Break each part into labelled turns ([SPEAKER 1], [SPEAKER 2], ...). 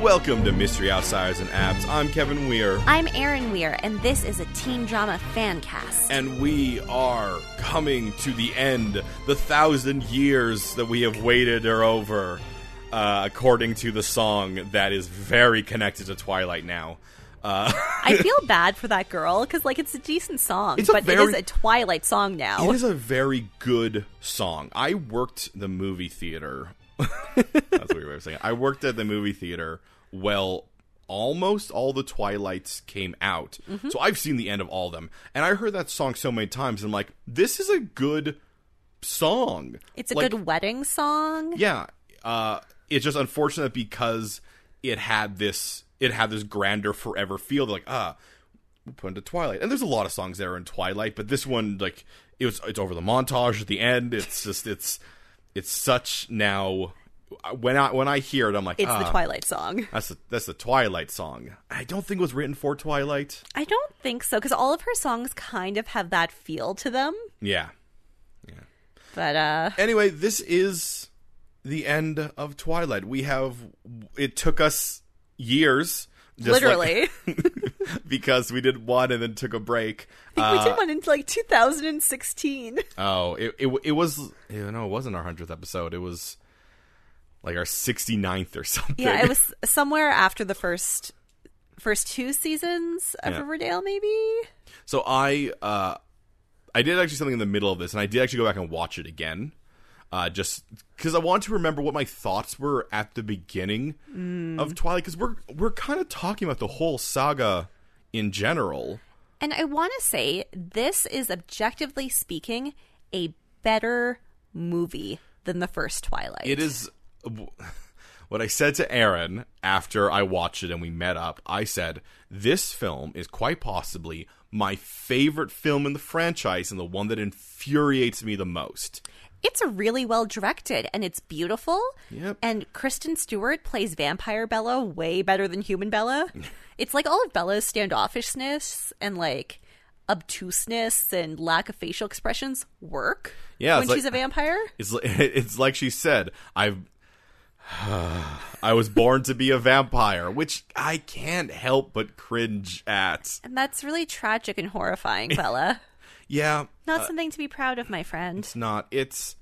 [SPEAKER 1] Welcome to Mystery Outsiders and Abs. I'm Kevin Weir,
[SPEAKER 2] I'm Aaron Weir, and this is a teen drama fan cast.
[SPEAKER 1] and we are coming to the end. The thousand years that we have waited are over, uh, according to the song that is very connected to Twilight now. Uh,
[SPEAKER 2] I feel bad for that girl because, like, it's a decent song,
[SPEAKER 1] It's a
[SPEAKER 2] but it
[SPEAKER 1] very-
[SPEAKER 2] is a Twilight song now.
[SPEAKER 1] It is a very good song. I worked the movie theater. That's what you were saying. I worked at the movie theater. Well, almost all the Twilights came out,
[SPEAKER 2] Mm-hmm.
[SPEAKER 1] so I've seen the end of all of them. And I heard that song so many times. And I'm like, this is a good song.
[SPEAKER 2] It's a
[SPEAKER 1] Like,
[SPEAKER 2] good wedding song.
[SPEAKER 1] Yeah. Uh, it's just unfortunate because it had this. It had this grander forever feel. They're like, ah, we put into Twilight. And there's a lot of songs that are in Twilight, but this one, like, it was it's over the montage at the end. It's just it's it's such now. When I when I hear it, I'm like,
[SPEAKER 2] It's
[SPEAKER 1] ah,
[SPEAKER 2] the Twilight song.
[SPEAKER 1] that's the, that's the Twilight song. I don't think it was written for Twilight.
[SPEAKER 2] I don't think so because all of her songs kind of have that feel to them.
[SPEAKER 1] Yeah.
[SPEAKER 2] But uh,
[SPEAKER 1] Anyway, this is the end of Twilight. We have it took us years, just like-
[SPEAKER 2] literally,
[SPEAKER 1] because we did one and then took a break.
[SPEAKER 2] I think we
[SPEAKER 1] Uh,
[SPEAKER 2] did one in like 2016.
[SPEAKER 1] Oh, it, it it was yeah, no, it wasn't our hundredth episode. It was like our 69th or something.
[SPEAKER 2] yeah, it was somewhere after the first first two seasons of
[SPEAKER 1] Yeah.
[SPEAKER 2] Riverdale, maybe.
[SPEAKER 1] So I uh, I did actually something in the middle of this, and I did actually go back and watch it again, uh, just because I wanted to remember what my thoughts were at the beginning
[SPEAKER 2] Mm.
[SPEAKER 1] of Twilight, because we're we're kind of talking about the whole saga in general.
[SPEAKER 2] And I want to say this is objectively speaking a better movie than the first Twilight.
[SPEAKER 1] It is what I said to Aaron after I watched it and we met up. I said, This film is quite possibly my favorite film in the franchise and the one that infuriates me the most.
[SPEAKER 2] It's really well directed and it's beautiful.
[SPEAKER 1] Yep.
[SPEAKER 2] And Kristen Stewart plays vampire Bella way better than human Bella. it's like all of Bella's standoffishness and like obtuseness and lack of facial expressions work
[SPEAKER 1] Yeah,
[SPEAKER 2] when
[SPEAKER 1] it's like-
[SPEAKER 2] she's a vampire.
[SPEAKER 1] It's, li- it's like she said, I've. I was born to be a vampire, which I can't help but cringe at.
[SPEAKER 2] And that's really tragic and horrifying, Bella.
[SPEAKER 1] Yeah,
[SPEAKER 2] Not something to be proud of, my friend.
[SPEAKER 1] It's not. It's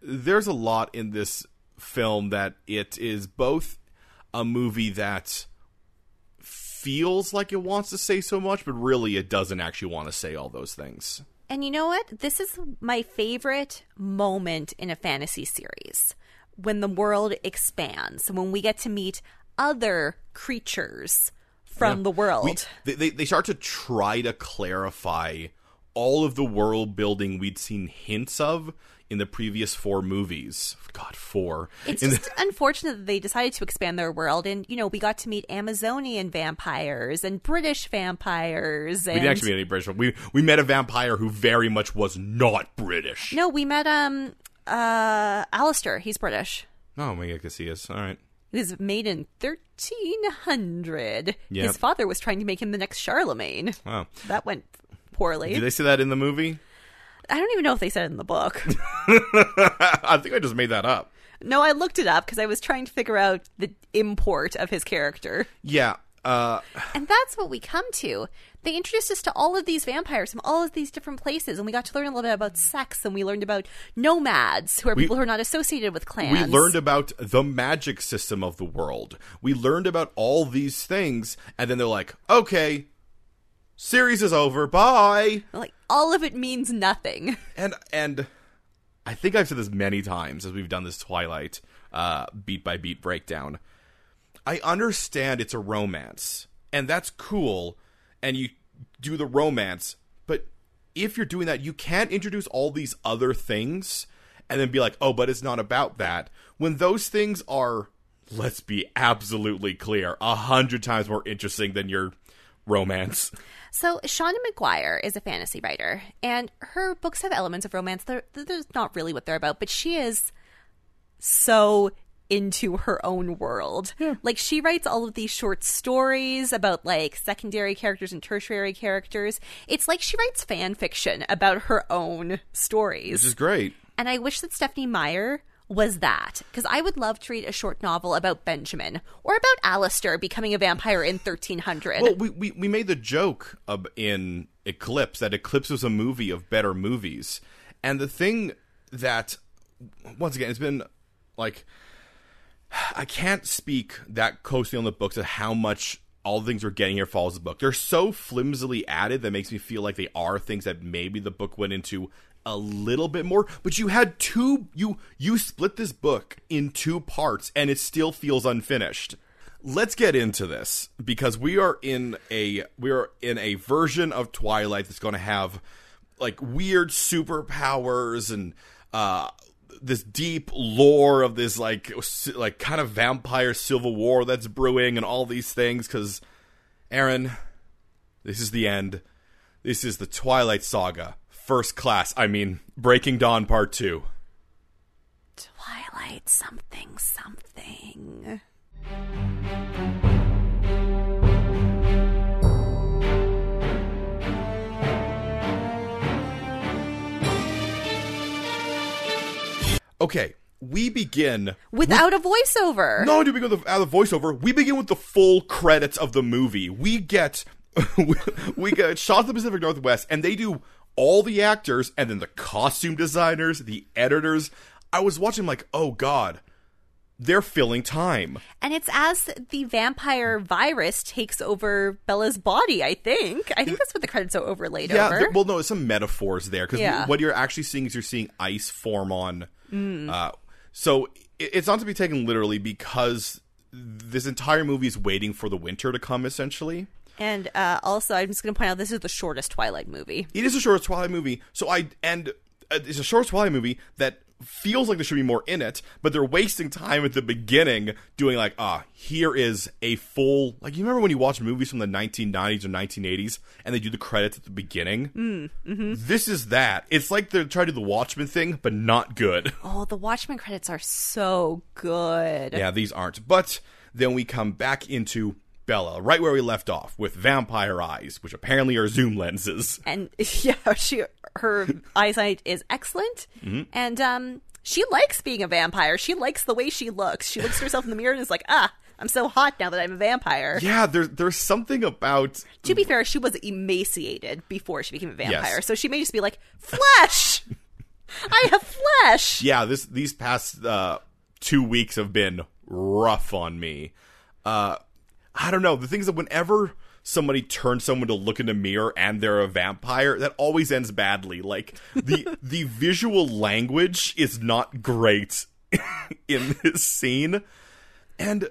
[SPEAKER 1] there's a lot in this film that it is both a movie that feels like it wants to say so much, but really it doesn't actually want to say all those things.
[SPEAKER 2] And you know what? This is my favorite moment in a fantasy series when the world expands, when we get to meet other creatures from the world.
[SPEAKER 1] We- they, they they start to try to clarify all of the world building we'd seen hints of in the previous four movies. God, four.
[SPEAKER 2] it's
[SPEAKER 1] In the-
[SPEAKER 2] just unfortunate that they decided to expand their world. And, you know, we got to meet Amazonian vampires and British vampires. And
[SPEAKER 1] we didn't actually meet any British. We we met a vampire who very much was not British.
[SPEAKER 2] No, we met um uh Alistair. He's British.
[SPEAKER 1] Oh my god, Casillas. All right.
[SPEAKER 2] He was made in 1300.
[SPEAKER 1] Yep.
[SPEAKER 2] His father was trying to make him the next Charlemagne.
[SPEAKER 1] Wow.
[SPEAKER 2] That went poorly.
[SPEAKER 1] Did they say that in the movie?
[SPEAKER 2] I don't even know if they said it in the book.
[SPEAKER 1] I think I just made that up.
[SPEAKER 2] no, I looked it up because I was trying to figure out the import of his character.
[SPEAKER 1] Yeah. Uh,
[SPEAKER 2] And that's what we come to. They introduced us to all of these vampires from all of these different places, and we got to learn a little bit about sex, and we learned about nomads, who are people who are not associated with clans.
[SPEAKER 1] we learned about the magic system of the world. We learned about all these things, and then they're like, okay, series is over. Bye.
[SPEAKER 2] like all of it means nothing.
[SPEAKER 1] And, and I think I've said this many times as we've done this Twilight uh, beat by beat breakdown. I understand it's a romance, and that's cool, and you do the romance, but if you're doing that, you can't introduce all these other things and then be like, oh, but it's not about that. When those things are, let's be absolutely clear, a hundred times more interesting than your romance.
[SPEAKER 2] So Shauna McGuire is a fantasy writer, and her books have elements of romance. They're, they're not really what they're about, but she is so into her own world. Like she writes all of these short stories about like secondary characters and tertiary characters. It's like she writes fan fiction about her own stories.
[SPEAKER 1] This is great.
[SPEAKER 2] And I wish that Stephanie Meyer was that because I would love to read a short novel about Benjamin or about Alistair becoming a vampire in 1300.
[SPEAKER 1] Well, we, we, we made the joke of, in Eclipse that Eclipse was a movie of better movies. And the thing that, once again, it's been like, I can't speak that closely on the books of how much all the things we're getting here follows the book. They're so flimsily added that makes me feel like they are things that maybe the book went into a little bit more. But you had two you you split this book in two parts and it still feels unfinished. Let's get into this because we are in a we are in a version of Twilight that's going to have like weird superpowers and uh this deep lore of this like si- like kind of vampire civil war that's brewing and all these things cuz Aaron this is the end this is the Twilight Saga first class I mean Breaking Dawn part 2
[SPEAKER 2] Twilight something something.
[SPEAKER 1] okay we begin
[SPEAKER 2] Without a voiceover.
[SPEAKER 1] not only do we go the, out of the voiceover, we begin with the full credits of the movie. We get we, we get shots of the Pacific Northwest, and they do all the actors, and then the costume designers, the editors. I was watching like, oh god, they're filling time.
[SPEAKER 2] And it's as the vampire virus takes over Bella's body, I think. I think that's what the credits are overlaid
[SPEAKER 1] Yeah,
[SPEAKER 2] over.
[SPEAKER 1] there- well, no, some metaphors there because
[SPEAKER 2] Yeah.
[SPEAKER 1] what you're actually seeing is you're seeing ice form on. Uh, so it, it's not to be taken literally because this entire movie is waiting for the winter to come, essentially.
[SPEAKER 2] and uh, also, I'm just going to point out this is the shortest Twilight movie.
[SPEAKER 1] it is a short Twilight movie. So I and uh, it's a short Twilight movie that feels like there should be more in it, but they're wasting time at the beginning doing like, ah, here is a full like you remember when you watch movies from the 1990s or 1980s and they do the credits at the beginning. This is that. It's like they're trying to do the Watchmen thing, but not good.
[SPEAKER 2] Oh, the Watchmen credits are so good.
[SPEAKER 1] yeah, these aren't. But then we come back into. Bella, right where we left off, with vampire eyes, which apparently are zoom lenses.
[SPEAKER 2] And yeah, she her eyesight is excellent.
[SPEAKER 1] Mm-hmm.
[SPEAKER 2] And um she likes being a vampire. She likes the way she looks. She looks at herself in the mirror and is like, "Ah, I'm so hot now that I'm a vampire."
[SPEAKER 1] Yeah, there, there's something about
[SPEAKER 2] To be fair, she was emaciated before she became a vampire.
[SPEAKER 1] Yes.
[SPEAKER 2] So she may just be like, "Flesh. I have flesh."
[SPEAKER 1] yeah, this these past uh, two weeks have been rough on me. Uh, I don't know. The thing is that whenever somebody turns someone to look in a mirror and they're a vampire, that always ends badly. Like the the visual language is not great in this scene, and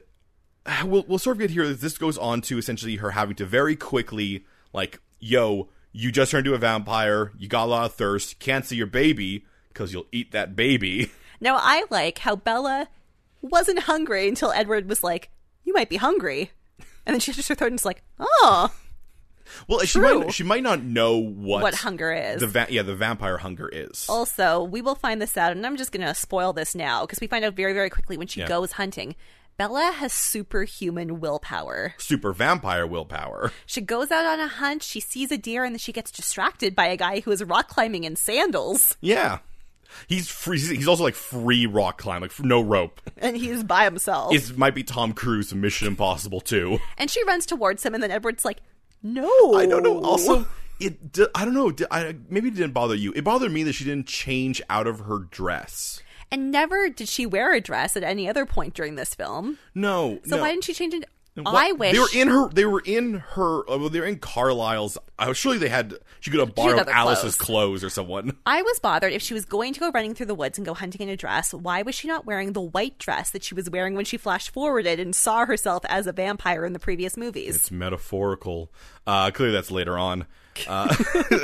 [SPEAKER 1] uh, we'll we'll sort of get here. that This goes on to essentially her having to very quickly like, yo, you just turned into a vampire. You got a lot of thirst. Can't see your baby because you'll eat that baby.
[SPEAKER 2] Now I like how Bella wasn't hungry until Edward was like, "You might be hungry." And then she touched her throat and was like, "Oh,
[SPEAKER 1] Well, she
[SPEAKER 2] True.
[SPEAKER 1] might she might not know what
[SPEAKER 2] what hunger is?" Oh.
[SPEAKER 1] the va- yeah the vampire hunger is.
[SPEAKER 2] Also, we will find this out, and I'm just going to spoil this now because we find out very, very quickly when she
[SPEAKER 1] Yeah.
[SPEAKER 2] goes hunting. Bella has superhuman willpower.
[SPEAKER 1] Super vampire willpower.
[SPEAKER 2] She goes out on a hunt, she sees a deer, and then she gets distracted by a guy who is rock climbing in sandals,
[SPEAKER 1] Yeah, he's free. He's also like free rock climb, like f- no rope.
[SPEAKER 2] and he's by himself.
[SPEAKER 1] It might be Tom Cruise in Mission Impossible too.
[SPEAKER 2] and she runs towards him, and then Edward's like, No.
[SPEAKER 1] I don't know. Also, it d- I don't know. d- I, maybe it didn't bother you. It bothered me that she didn't change out of her dress.
[SPEAKER 2] And never did she wear a dress at any other point during this film.
[SPEAKER 1] No.
[SPEAKER 2] So
[SPEAKER 1] no.
[SPEAKER 2] why didn't she change it?
[SPEAKER 1] What-
[SPEAKER 2] I wish.
[SPEAKER 1] they were in her. They were in her. uh, Well, they were in Carlisle's. Uh, surely they had. She could have borrowed
[SPEAKER 2] other
[SPEAKER 1] Alice's clothes or someone.
[SPEAKER 2] I was bothered if she was going to go running through the woods and go hunting in a dress, why was she not wearing the white dress that she was wearing when she flash forwarded and saw herself as a vampire in the previous movies?
[SPEAKER 1] It's metaphorical. Uh, clearly, that's later on. Uh,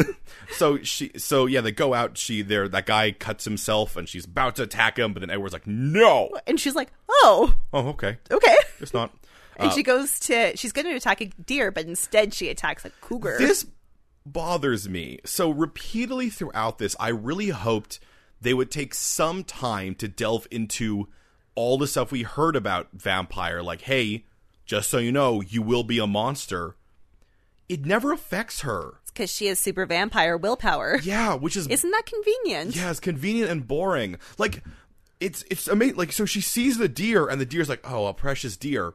[SPEAKER 1] so she, so yeah, they go out. She there. That guy cuts himself, and she's about to attack him, but then Edward's like, "No."
[SPEAKER 2] And she's like, "Oh,
[SPEAKER 1] Oh, okay.
[SPEAKER 2] okay."
[SPEAKER 1] It's not. Uh,
[SPEAKER 2] and she goes to she's going to attack a deer, but instead she attacks a cougar.
[SPEAKER 1] This bothers me. So repeatedly throughout this, I really hoped they would take some time to delve into all the stuff we heard about vampire like, "Hey, just so you know, you will be a monster." It never affects her.
[SPEAKER 2] because she has super vampire willpower.
[SPEAKER 1] Yeah, which is
[SPEAKER 2] Isn't that convenient?
[SPEAKER 1] Yeah, it's convenient and boring. Like it's it's amazing. Like so, she sees the deer, and the deer's like, "Oh, a precious deer,"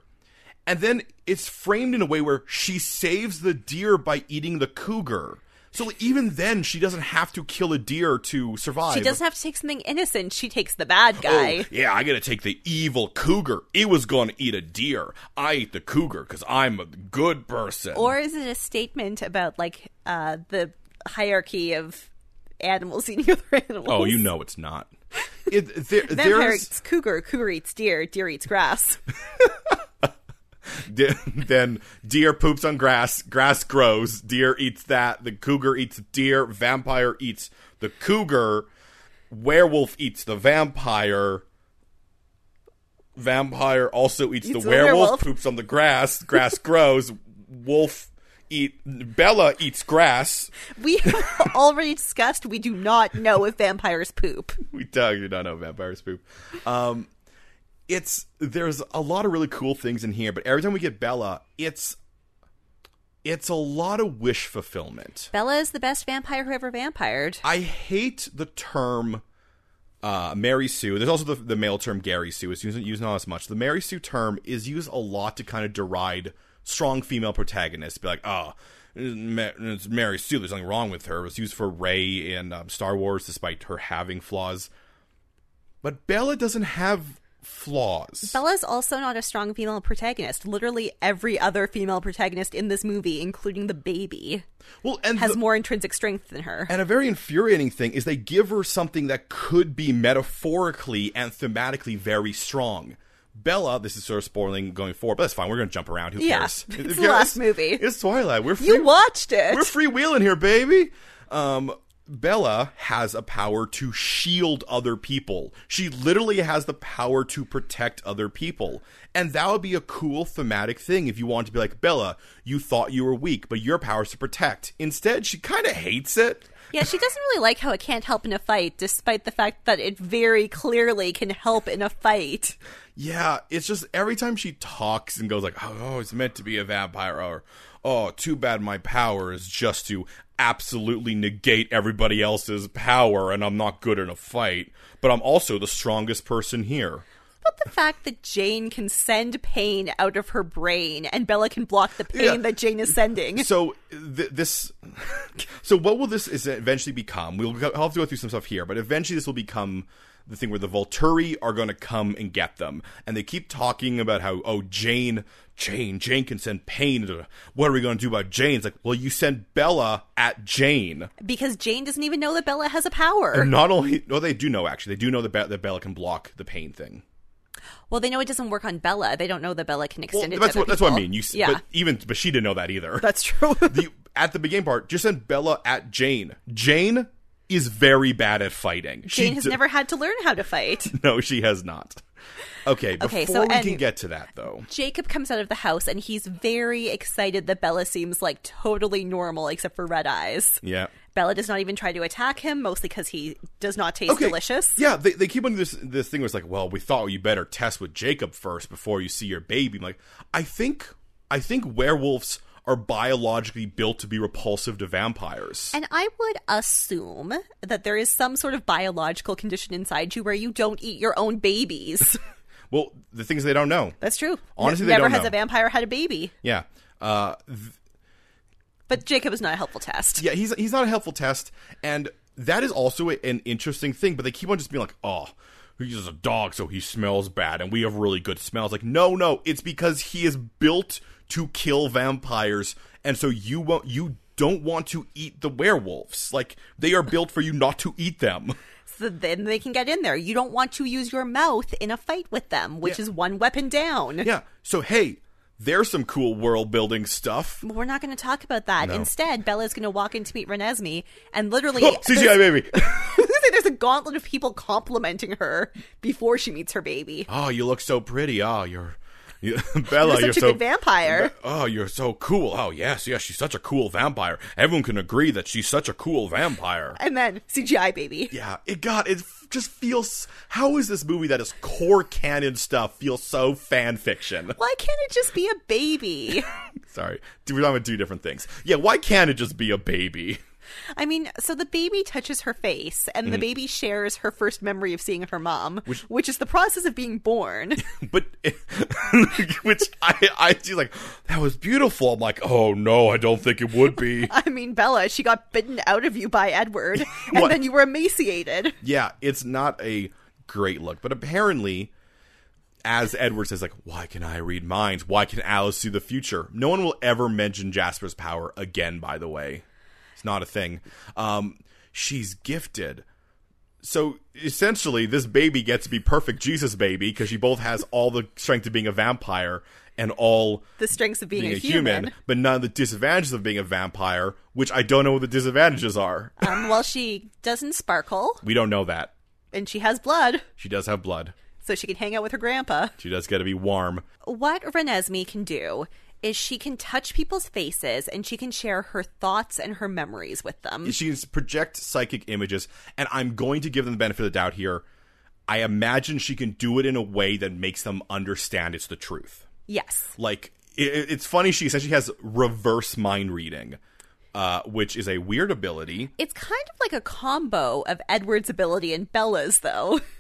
[SPEAKER 1] and then it's framed in a way where she saves the deer by eating the cougar. So like, even then, she doesn't have to kill a deer to survive.
[SPEAKER 2] She doesn't have to take something innocent. She takes the bad guy.
[SPEAKER 1] Oh, yeah, I gotta take the evil cougar. It was gonna eat a deer. I eat the cougar because I'm a good person.
[SPEAKER 2] Or is it a statement about like uh, the hierarchy of animals eating other animals?
[SPEAKER 1] oh, you know it's not. It, there,
[SPEAKER 2] Vampire
[SPEAKER 1] there's
[SPEAKER 2] eats cougar, cougar eats deer, deer eats grass.
[SPEAKER 1] de- then deer poops on grass, grass grows, deer eats that, the cougar eats deer, vampire eats the cougar, werewolf eats the vampire. Vampire also eats,
[SPEAKER 2] Eats
[SPEAKER 1] the
[SPEAKER 2] the
[SPEAKER 1] werewolf,
[SPEAKER 2] werewolf.
[SPEAKER 1] poops on the grass, grass grows, wolf eat Bella eats grass.
[SPEAKER 2] We have already discussed we do not know if vampires poop.
[SPEAKER 1] we don't, you don't know vampires poop. Um, it's there's a lot of really cool things in here, but every time we get Bella, it's it's a lot of wish fulfillment.
[SPEAKER 2] Bella is the best vampire who ever vampired.
[SPEAKER 1] I hate the term uh, Mary Sue. There's also the, the male term Gary Sue. It's used, used not as much. The Mary Sue term is used a lot to kind of deride strong female protagonists. Be like, oh, it's Mary Sue. There's nothing wrong with her. It was used for Rey in um, Star Wars, despite her having flaws. But Bella doesn't have flaws.
[SPEAKER 2] Bella's also not a strong female protagonist. Literally every other female protagonist in this movie, including the baby,
[SPEAKER 1] well, and
[SPEAKER 2] has
[SPEAKER 1] the-
[SPEAKER 2] more intrinsic strength than her.
[SPEAKER 1] And a very infuriating thing is they give her something that could be metaphorically and thematically very strong. Bella, this is sort of spoiling going forward, but that's fine. We're going to jump around. Who
[SPEAKER 2] Yeah,
[SPEAKER 1] cares?
[SPEAKER 2] it's
[SPEAKER 1] Who
[SPEAKER 2] the
[SPEAKER 1] cares?
[SPEAKER 2] last movie.
[SPEAKER 1] It's Twilight. We're free,
[SPEAKER 2] You watched it.
[SPEAKER 1] we're freewheeling here, baby. Um, Bella has a power to shield other people. She literally has the power to protect other people. And that would be a cool thematic thing if you wanted to be like, Bella, you thought you were weak, but your power is to protect. Instead, she kind of hates it.
[SPEAKER 2] Yeah, she doesn't really like how it can't help in a fight, despite the fact that it very clearly can help in a fight.
[SPEAKER 1] Yeah, it's just every time she talks and goes like, "Oh, oh, it's meant to be a vampire," or "Oh, too bad my power is just to absolutely negate everybody else's power, and I'm not good in a fight, but I'm also the strongest person here."
[SPEAKER 2] But the fact that Jane can send pain out of her brain and Bella can block the pain
[SPEAKER 1] Yeah.
[SPEAKER 2] that Jane is sending.
[SPEAKER 1] So th- this, so what will this is eventually become? We'll go- I'll have to go through some stuff here, but eventually this will become the thing where the Volturi are going to come and get them, and they keep talking about how oh Jane, Jane, Jane can send pain. to- What are we going to do about Jane? It's like well you send Bella at Jane.
[SPEAKER 2] Because Jane doesn't even know that Bella has a power.
[SPEAKER 1] Not only well they do know actually they do know that, Be- that Bella can block the pain thing.
[SPEAKER 2] Well, they know it doesn't work on Bella. They don't know that Bella can
[SPEAKER 1] Well,
[SPEAKER 2] extend it
[SPEAKER 1] that's
[SPEAKER 2] to other
[SPEAKER 1] what that's what I
[SPEAKER 2] people.
[SPEAKER 1] mean. You s-
[SPEAKER 2] yeah,
[SPEAKER 1] but even but she didn't know that either.
[SPEAKER 2] that's true.
[SPEAKER 1] the at the beginning part, just send Bella at Jane. Jane is very bad at fighting. She
[SPEAKER 2] Jane has
[SPEAKER 1] d-
[SPEAKER 2] never had to learn how to fight.
[SPEAKER 1] No, she has not. Okay, before
[SPEAKER 2] Okay, so
[SPEAKER 1] we
[SPEAKER 2] any-
[SPEAKER 1] can get to that though.
[SPEAKER 2] Jacob comes out of the house and he's very excited that Bella seems like totally normal except for red eyes.
[SPEAKER 1] Yeah.
[SPEAKER 2] Bella does not even try to attack him, mostly because he does not taste
[SPEAKER 1] Okay.
[SPEAKER 2] delicious.
[SPEAKER 1] Yeah, they, they keep on this this thing was like, well, we thought you better test with Jacob first before you see your baby. I'm like, I think I think werewolves are biologically built to be repulsive to vampires.
[SPEAKER 2] And I would assume that there is some sort of biological condition inside you where you don't eat your own babies.
[SPEAKER 1] well, the things they don't know.
[SPEAKER 2] That's true.
[SPEAKER 1] Honestly, they
[SPEAKER 2] never
[SPEAKER 1] don't
[SPEAKER 2] has
[SPEAKER 1] know.
[SPEAKER 2] a vampire had a baby.
[SPEAKER 1] Yeah. Uh,
[SPEAKER 2] But Jacob is not a helpful test.
[SPEAKER 1] Yeah, he's he's not a helpful test, and that is also a- an interesting thing. But they keep on just being like, "Oh, he's just a dog, so he smells bad, and we have really good smells." Like, no, no, it's because he is built to kill vampires, and so you won't you don't want to eat the werewolves. Like, they are built for you not to eat them.
[SPEAKER 2] So then they can get in there. You don't want to use your mouth in a fight with them, which
[SPEAKER 1] Yeah.
[SPEAKER 2] is one weapon down.
[SPEAKER 1] yeah. So hey, there's some cool world building stuff.
[SPEAKER 2] But we're not going to talk about that. Instead, Bella's going to walk in to meet Renesmee, and literally,
[SPEAKER 1] Oh, CGI baby.
[SPEAKER 2] there's, there's a gauntlet of people complimenting her before she meets her baby.
[SPEAKER 1] oh, you look so pretty. Oh, you're. You, Bella,
[SPEAKER 2] You're
[SPEAKER 1] you're
[SPEAKER 2] such a
[SPEAKER 1] so
[SPEAKER 2] good vampire.
[SPEAKER 1] Oh, you're so cool. Oh, yes, yes, she's such a cool vampire. Everyone can agree that she's such a cool vampire.
[SPEAKER 2] And then CGI baby.
[SPEAKER 1] Yeah, it got it f- just feels how is this movie that is core canon stuff feel so fan fiction?
[SPEAKER 2] Why can't it just be a baby?
[SPEAKER 1] Sorry. Dude, We're talking about two different things. Yeah, why can't it just be a baby?
[SPEAKER 2] I mean, so the baby touches her face, and
[SPEAKER 1] Mhm.
[SPEAKER 2] the baby shares her first memory of seeing her mom, which, is the process of being born.
[SPEAKER 1] but which I I she's like that was beautiful. I'm like, oh no, I don't think it would be.
[SPEAKER 2] I mean, Bella, she got bitten out of you by Edward, and
[SPEAKER 1] What?
[SPEAKER 2] then you were emaciated.
[SPEAKER 1] yeah, it's not a great look, but apparently. As Edward says, like, why can I read minds? Why can Alice see the future? No one will ever mention Jasper's power again, by the way. It's not a thing. Um, she's gifted. So essentially, this baby gets to be perfect Jesus baby because she both has all the strength of being a vampire and all
[SPEAKER 2] The strengths of being,
[SPEAKER 1] being a human, but none of the disadvantages of being a vampire, which I don't know what the disadvantages are.
[SPEAKER 2] Um, well, she doesn't sparkle,
[SPEAKER 1] We don't know that.
[SPEAKER 2] and she has blood,
[SPEAKER 1] She does have blood.
[SPEAKER 2] so she can hang out with her grandpa.
[SPEAKER 1] She does get to be warm.
[SPEAKER 2] What Renesmee can do is she can touch people's faces and she can share her thoughts and her memories with them.
[SPEAKER 1] She can project psychic images, and I'm going to give them the benefit of the doubt here. I imagine she can do it in a way that makes them understand it's the truth.
[SPEAKER 2] Yes.
[SPEAKER 1] Like, i- i it's funny, she essentially has reverse mind reading, uh, which is a weird ability.
[SPEAKER 2] It's kind of like a combo of Edward's ability and Bella's, though.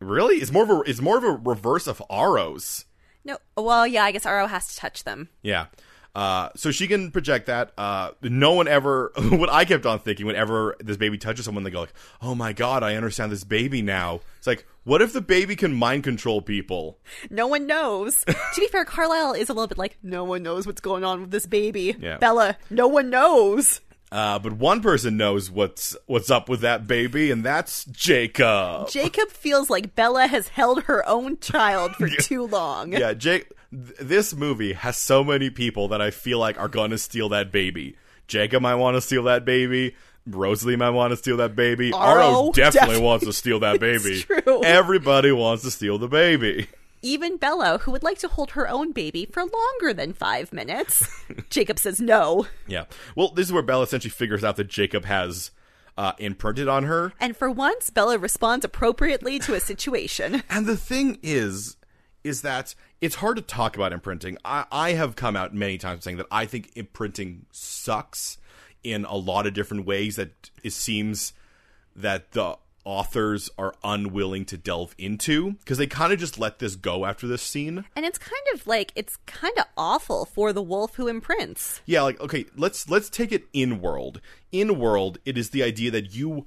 [SPEAKER 1] Really? It's more of a, it's more of a reverse of Aro's.
[SPEAKER 2] No, well, yeah, I guess Aro has to touch them.
[SPEAKER 1] Yeah. Uh, so she can project that. Uh, no one ever. What I kept on thinking, whenever this baby touches someone, they go like, "Oh my god, I understand this baby now." It's like, what if the baby can mind control people?
[SPEAKER 2] No one knows. to be fair, Carlisle is a little bit like, no one knows what's going on with this baby.
[SPEAKER 1] Yeah.
[SPEAKER 2] Bella, no one knows.
[SPEAKER 1] Uh, but one person knows what's what's up with that baby, and that's Jacob.
[SPEAKER 2] Jacob feels like Bella has held her own child for too long.
[SPEAKER 1] Yeah, Jake. Th- this movie has so many people that I feel like are going to steal that baby. Jacob might want to steal that baby. Rosalie might want to steal that baby.
[SPEAKER 2] Aro
[SPEAKER 1] Aro definitely
[SPEAKER 2] definitely-
[SPEAKER 1] wants to steal that baby.
[SPEAKER 2] true.
[SPEAKER 1] Everybody wants to steal the baby.
[SPEAKER 2] Even Bella, who would like to hold her own baby for longer than five minutes, Jacob says no.
[SPEAKER 1] Yeah. Well, this is where Bella essentially figures out that Jacob has uh, imprinted on her.
[SPEAKER 2] And for once, Bella responds appropriately to a situation.
[SPEAKER 1] And the thing is, is that it's hard to talk about imprinting. I, I have come out many times saying that I think imprinting sucks in a lot of different ways that it seems that the authors are unwilling to delve into because they kind of just let this go after this scene.
[SPEAKER 2] And it's kind of like, it's kind of awful for the wolf who imprints.
[SPEAKER 1] Yeah, like okay, let's let's take it in world. In world, it is the idea that you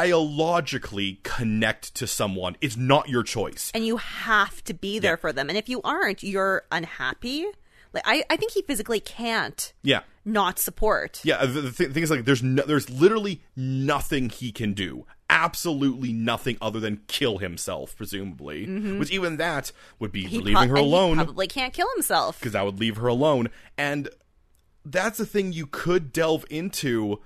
[SPEAKER 1] biologically connect to someone. It's not your choice.
[SPEAKER 2] And you have to be there for them. And if you aren't, you're unhappy. Like, I, I think he physically can't
[SPEAKER 1] Yeah.
[SPEAKER 2] not support.
[SPEAKER 1] Yeah, the, the th- thing is like there's no, there's literally nothing he can do. Absolutely nothing other than kill himself, presumably. Which even that would be
[SPEAKER 2] Mm-hmm. He
[SPEAKER 1] leaving
[SPEAKER 2] pro-
[SPEAKER 1] her
[SPEAKER 2] and he
[SPEAKER 1] alone.
[SPEAKER 2] probably can't kill himself.
[SPEAKER 1] because that would leave her alone. And that's the thing you could delve into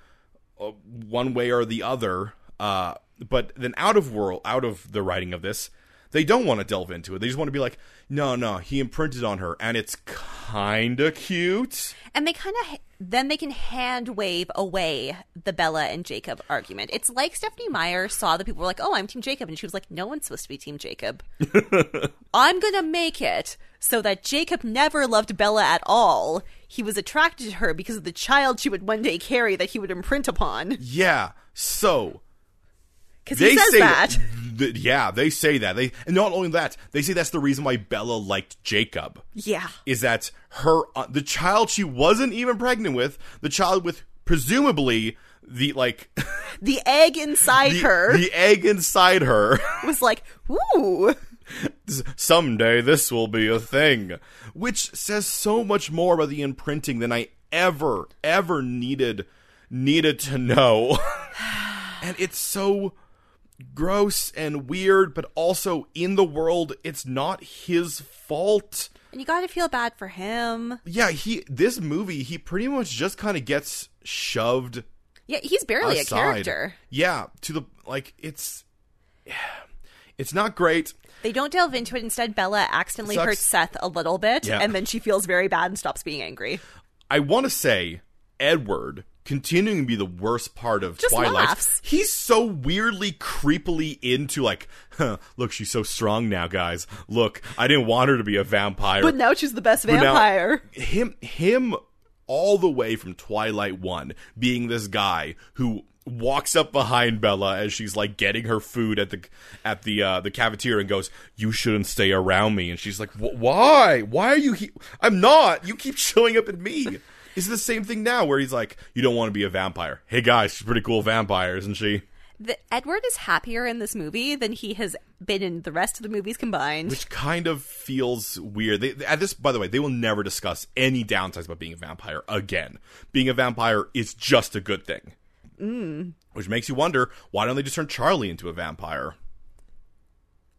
[SPEAKER 1] uh, one way or the other. Uh, but then out of world, out of the writing of this, they don't want to delve into it. They just want to be like, no, no, he imprinted on her, and it's kind of cute.
[SPEAKER 2] And they kind of then they can hand wave away the Bella and Jacob argument. It's like Stephanie Meyer saw the people were like, "Oh, I'm Team Jacob," and she was like, "No one's supposed to be Team Jacob. I'm gonna make it so that Jacob never loved Bella at all. He was attracted to her because of the child she would one day carry that he would imprint upon.
[SPEAKER 1] Yeah. So
[SPEAKER 2] Because
[SPEAKER 1] they
[SPEAKER 2] he says
[SPEAKER 1] say
[SPEAKER 2] that."
[SPEAKER 1] th- yeah, they say that. They and not only that, they say that's the reason why Bella liked Jacob.
[SPEAKER 2] Yeah.
[SPEAKER 1] is that her uh, the child she wasn't even pregnant with the child with presumably the like
[SPEAKER 2] The egg inside
[SPEAKER 1] the,
[SPEAKER 2] her
[SPEAKER 1] the egg inside her
[SPEAKER 2] was like, ooh.
[SPEAKER 1] someday this will be a thing which says so much more about the imprinting than i ever ever needed needed to know and it's so gross and weird but also in the world it's not his fault
[SPEAKER 2] And you gotta feel bad for him.
[SPEAKER 1] yeah he this movie he pretty much just kind of gets shoved
[SPEAKER 2] Yeah, he's barely
[SPEAKER 1] aside.
[SPEAKER 2] a character.
[SPEAKER 1] Yeah, to the like it's it's not great.
[SPEAKER 2] They don't delve into it. Instead, Bella accidentally
[SPEAKER 1] Sucks.
[SPEAKER 2] hurts Seth a little bit,
[SPEAKER 1] Yeah.
[SPEAKER 2] and then she feels very bad and stops being angry.
[SPEAKER 1] I want to say Edward continuing to be the worst part of
[SPEAKER 2] Just
[SPEAKER 1] Twilight.
[SPEAKER 2] laughs.
[SPEAKER 1] He's so weirdly creepily into like, huh, look, she's so strong now, guys. Look, I didn't want her to be a vampire.
[SPEAKER 2] But now she's the best
[SPEAKER 1] now-
[SPEAKER 2] vampire.
[SPEAKER 1] him him all the way from Twilight 1 being this guy who walks up behind Bella as she's like getting her food at the at the uh, the cafeteria and goes, "You shouldn't stay around me." And she's like, "Wh- "Why? Why are you he- I'm not. You keep showing up at me." It's the same thing now where he's like, "You don't want to be a vampire." Hey guys, she's a pretty cool vampire, isn't she?
[SPEAKER 2] The, Edward is happier in this movie than he has been in the rest of the movies combined.
[SPEAKER 1] Which kind of feels weird. They, at this, by the way, they will never discuss any downsides about being a vampire again. Being a vampire is just a good thing. Which makes you wonder why don't they just turn Charlie into a vampire?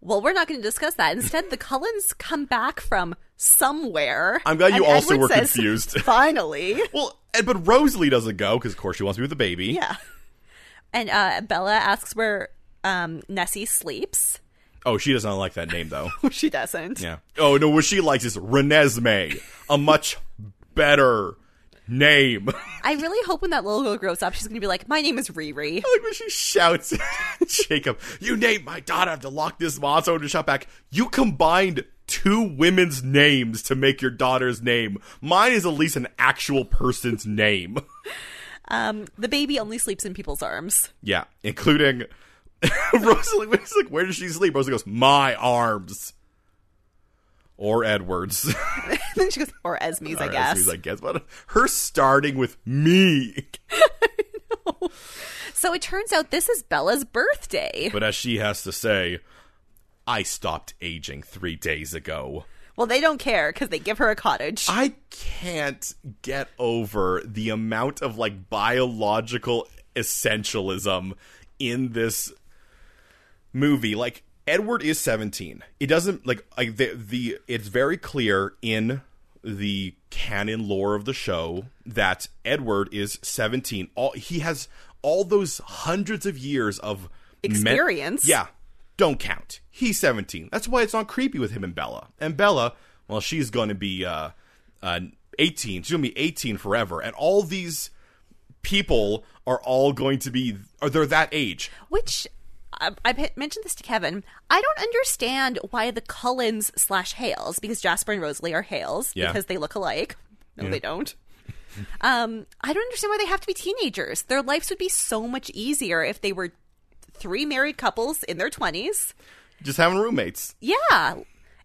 [SPEAKER 2] well, we're not going to discuss that. Instead, the Cullens come back from somewhere.
[SPEAKER 1] I'm glad you
[SPEAKER 2] and
[SPEAKER 1] also
[SPEAKER 2] Edward
[SPEAKER 1] were
[SPEAKER 2] says,
[SPEAKER 1] confused.
[SPEAKER 2] Finally.
[SPEAKER 1] Well, and, but Rosalie doesn't go because, of course, she wants to be with the baby.
[SPEAKER 2] Yeah. And uh, Bella asks where um, Nessie sleeps.
[SPEAKER 1] Oh, she doesn't like that name though.
[SPEAKER 2] she doesn't.
[SPEAKER 1] yeah. Oh no, what she likes is Renesmee, a much better name.
[SPEAKER 2] I really hope when that little girl grows up, she's going to be like, my name is Riri.
[SPEAKER 1] like when she shouts at Jacob, you named my daughter after Loch Ness Monster and shout back, you combined two women's names to make your daughter's name. Mine is at least an actual person's name.
[SPEAKER 2] Um, the baby only sleeps in people's arms.
[SPEAKER 1] Yeah, including Rosalie. It's like, where does she sleep? Rosalie goes, my arms. Or Edwards.
[SPEAKER 2] then she goes, or Esme's, I
[SPEAKER 1] Or
[SPEAKER 2] guess.
[SPEAKER 1] Esme's, I guess. But her starting with me.
[SPEAKER 2] so it turns out this is Bella's birthday.
[SPEAKER 1] But as she has to say, I stopped aging three days ago.
[SPEAKER 2] Well, they don't care because they give her a cottage.
[SPEAKER 1] I can't get over the amount of like biological essentialism in this movie. Like Edward is 17. It doesn't like like the, the it's very clear in the canon lore of the show that Edward is 17. All he has all those hundreds of years of men-
[SPEAKER 2] Experience.
[SPEAKER 1] yeah. Don't count. He's 17. That's why it's not creepy with him and Bella. And Bella, well, she's going to be uh, uh, 18. She's going to be 18 forever. And all these people are all going to be, or they're that age.
[SPEAKER 2] Which I, I pe- mentioned this to Kevin. I don't understand why the Cullens slash Hales, because Jasper and Rosalie are Hales
[SPEAKER 1] Yeah.
[SPEAKER 2] because they look alike. No, they don't. um, I don't understand why they have to be teenagers. Their lives would be so much easier if they were three married couples in their twenties.
[SPEAKER 1] Just having roommates.
[SPEAKER 2] Yeah.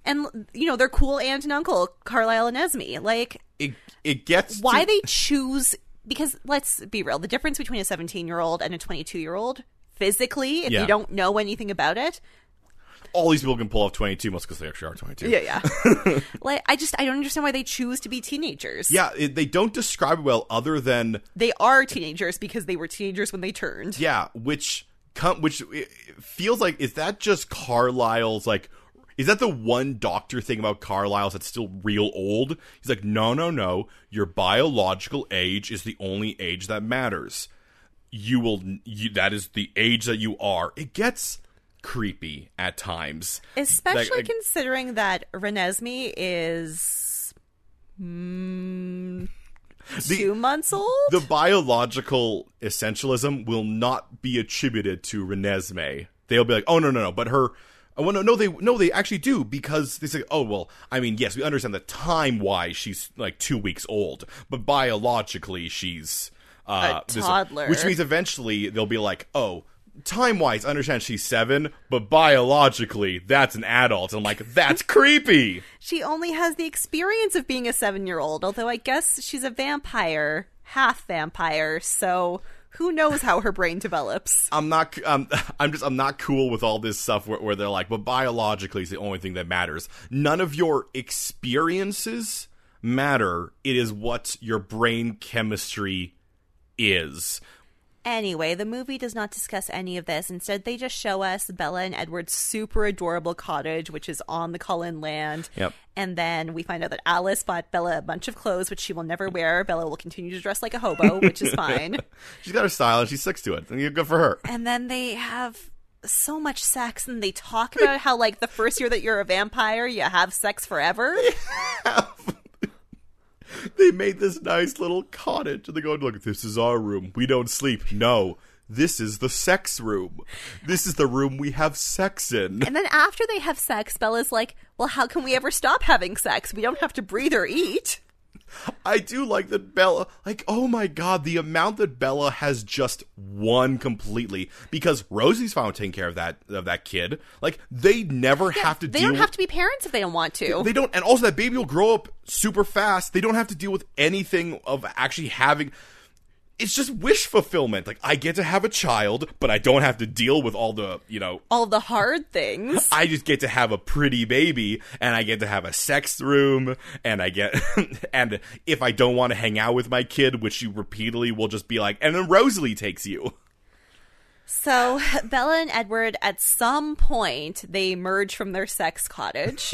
[SPEAKER 2] And you know, they're cool aunt and uncle, Carlisle and Esme. Like
[SPEAKER 1] It it gets to-
[SPEAKER 2] why they choose because let's be real the difference between a 17 year old and a 22 year old physically if
[SPEAKER 1] Yeah.
[SPEAKER 2] you don't know anything about it
[SPEAKER 1] all these people can pull off 22 months because they actually are 22.
[SPEAKER 2] yeah like i just i don't understand why they choose to be teenagers
[SPEAKER 1] Yeah, it, they don't describe it well other than
[SPEAKER 2] they are teenagers because they were teenagers when they turned
[SPEAKER 1] Yeah, which com- which it it feels like is that just Carlisle's like is that the one doctor thing about Carlisle's that's still real old? He's like, no, no, no. Your biological age is the only age that matters. You will. You, that is the age that you are. It gets creepy at times.
[SPEAKER 2] especially
[SPEAKER 1] Like, like-
[SPEAKER 2] considering that renesmee is mm,
[SPEAKER 1] The-
[SPEAKER 2] two months old
[SPEAKER 1] the biological essentialism will not be attributed to Renesmee. They'll be like, oh no no no, but her. Oh well, no no they no they actually do because they say oh well I mean yes we understand the time wise she's like two weeks old but biologically she's uh,
[SPEAKER 2] A
[SPEAKER 1] this-
[SPEAKER 2] toddler.
[SPEAKER 1] which means eventually they'll be like oh. Time wise, understand she's seven, but biologically, that's an adult. And I'm like, that's creepy.
[SPEAKER 2] she only has the experience of being a seven year old, although I guess she's a vampire, half vampire, so who knows how her brain develops.
[SPEAKER 1] I'm not. Um, I'm just. I'm not cool with all this stuff where, where they're like, but biologically is the only thing that matters. None of your experiences matter. It is what your brain chemistry is.
[SPEAKER 2] Anyway, the movie does not discuss any of this. Instead, they just show us Bella and Edward's super adorable cottage, which is on the Cullen land.
[SPEAKER 1] Yep.
[SPEAKER 2] And then we find out that Alice bought Bella a bunch of clothes, which she will never wear. Bella will continue to dress like a hobo, which is fine.
[SPEAKER 1] She's got her style and she sticks to it. And you're good for her.
[SPEAKER 2] and then they have so much sex and they talk about how like the first year that you're a vampire you have sex forever
[SPEAKER 1] They made this nice little cottage, and they go, "Look, this is our room. We don't sleep. No, this is the sex room. This is the room we have sex in."
[SPEAKER 2] and then after they have sex bella's like well how can we ever stop having sex we don't have to breathe or eat
[SPEAKER 1] I do like that Bella, like, oh my god, the amount that Bella has just won completely because Rosie's finally taking care of that of that kid. Like, they never have to
[SPEAKER 2] They
[SPEAKER 1] deal.
[SPEAKER 2] don't have to be parents if they don't want to.
[SPEAKER 1] They don't, and also that baby will grow up super fast. They don't have to deal with anything of actually having. It's just wish fulfillment. Like, I get to have a child, but I don't have to deal with all the, you know,
[SPEAKER 2] All the hard things.
[SPEAKER 1] I just get to have a pretty baby and I get to have a sex room and I get and if I don't want to hang out with my kid, which you repeatedly will just be like, and then Rosalie takes you.
[SPEAKER 2] So Bella and Edward, at some point, they merge from their sex cottage,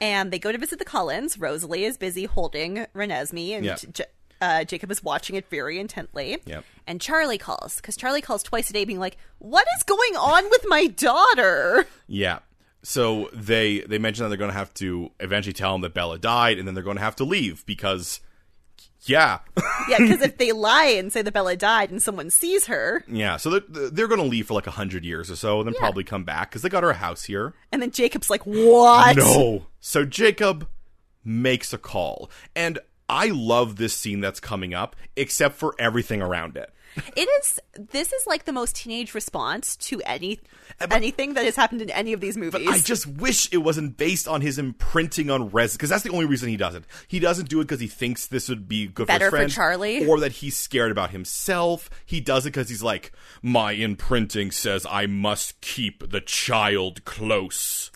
[SPEAKER 2] and they go to visit the Cullens. Rosalie is busy holding Renesmee, and
[SPEAKER 1] Yeah.
[SPEAKER 2] J- uh, Jacob is watching it very intently.
[SPEAKER 1] Yep.
[SPEAKER 2] And Charlie calls because Charlie calls twice a day, being like, "What is going on with my daughter?"
[SPEAKER 1] Yeah. So they they mention that they're going to have to eventually tell him that Bella died and then they're going to have to leave because yeah.
[SPEAKER 2] yeah, because if they lie and say that Bella died and someone sees her,
[SPEAKER 1] yeah. So they're, they're going to leave for like 100 years or so and then probably come back cuz they got her a house here.
[SPEAKER 2] and then Jacob's like, "What?"
[SPEAKER 1] No. So Jacob makes a call. And I love this scene that's coming up, except for everything around it.
[SPEAKER 2] It is. This is like the most teenage response to any anything that has happened in any of these movies.
[SPEAKER 1] Eh, I just wish it wasn't based on his imprinting on res because that's the only reason he doesn't. He doesn't do it because he thinks this would be good
[SPEAKER 2] Better
[SPEAKER 1] for,
[SPEAKER 2] for
[SPEAKER 1] friends,
[SPEAKER 2] Charlie.
[SPEAKER 1] or that he's scared about himself. He does it because he's like, my imprinting says I must keep the child close.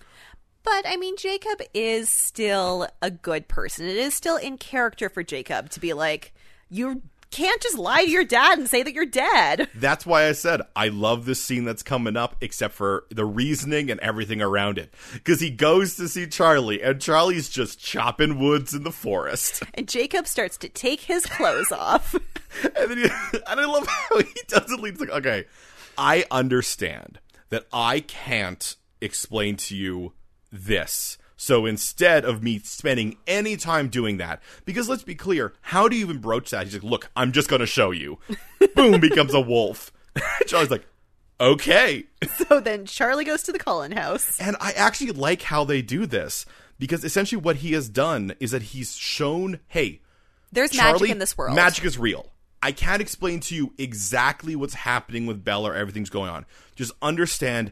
[SPEAKER 2] But I mean, Jacob is still a good person. It is still in character for Jacob to be like, you can't just lie to your dad and say that you're dead.
[SPEAKER 1] That's why I said I love this scene that's coming up, except for the reasoning and everything around it. Because he goes to see Charlie, and Charlie's just chopping woods in the forest.
[SPEAKER 2] And Jacob starts to take his clothes off.
[SPEAKER 1] And then he, and I love how he doesn't leave. It's like, okay, I understand that I can't explain to you this. So instead of me spending any time doing that, because let's be clear, how do you even broach that? He's like, look, I'm just going to show you. Boom becomes a wolf. Charlie's like, okay.
[SPEAKER 2] So then Charlie goes to the Cullen house.
[SPEAKER 1] And I actually like how they do this because essentially what he has done is that he's shown, hey,
[SPEAKER 2] There's
[SPEAKER 1] Charlie,
[SPEAKER 2] magic in this world.
[SPEAKER 1] Magic is real. I can't explain to you exactly what's happening with Bella or everything's going on. Just understand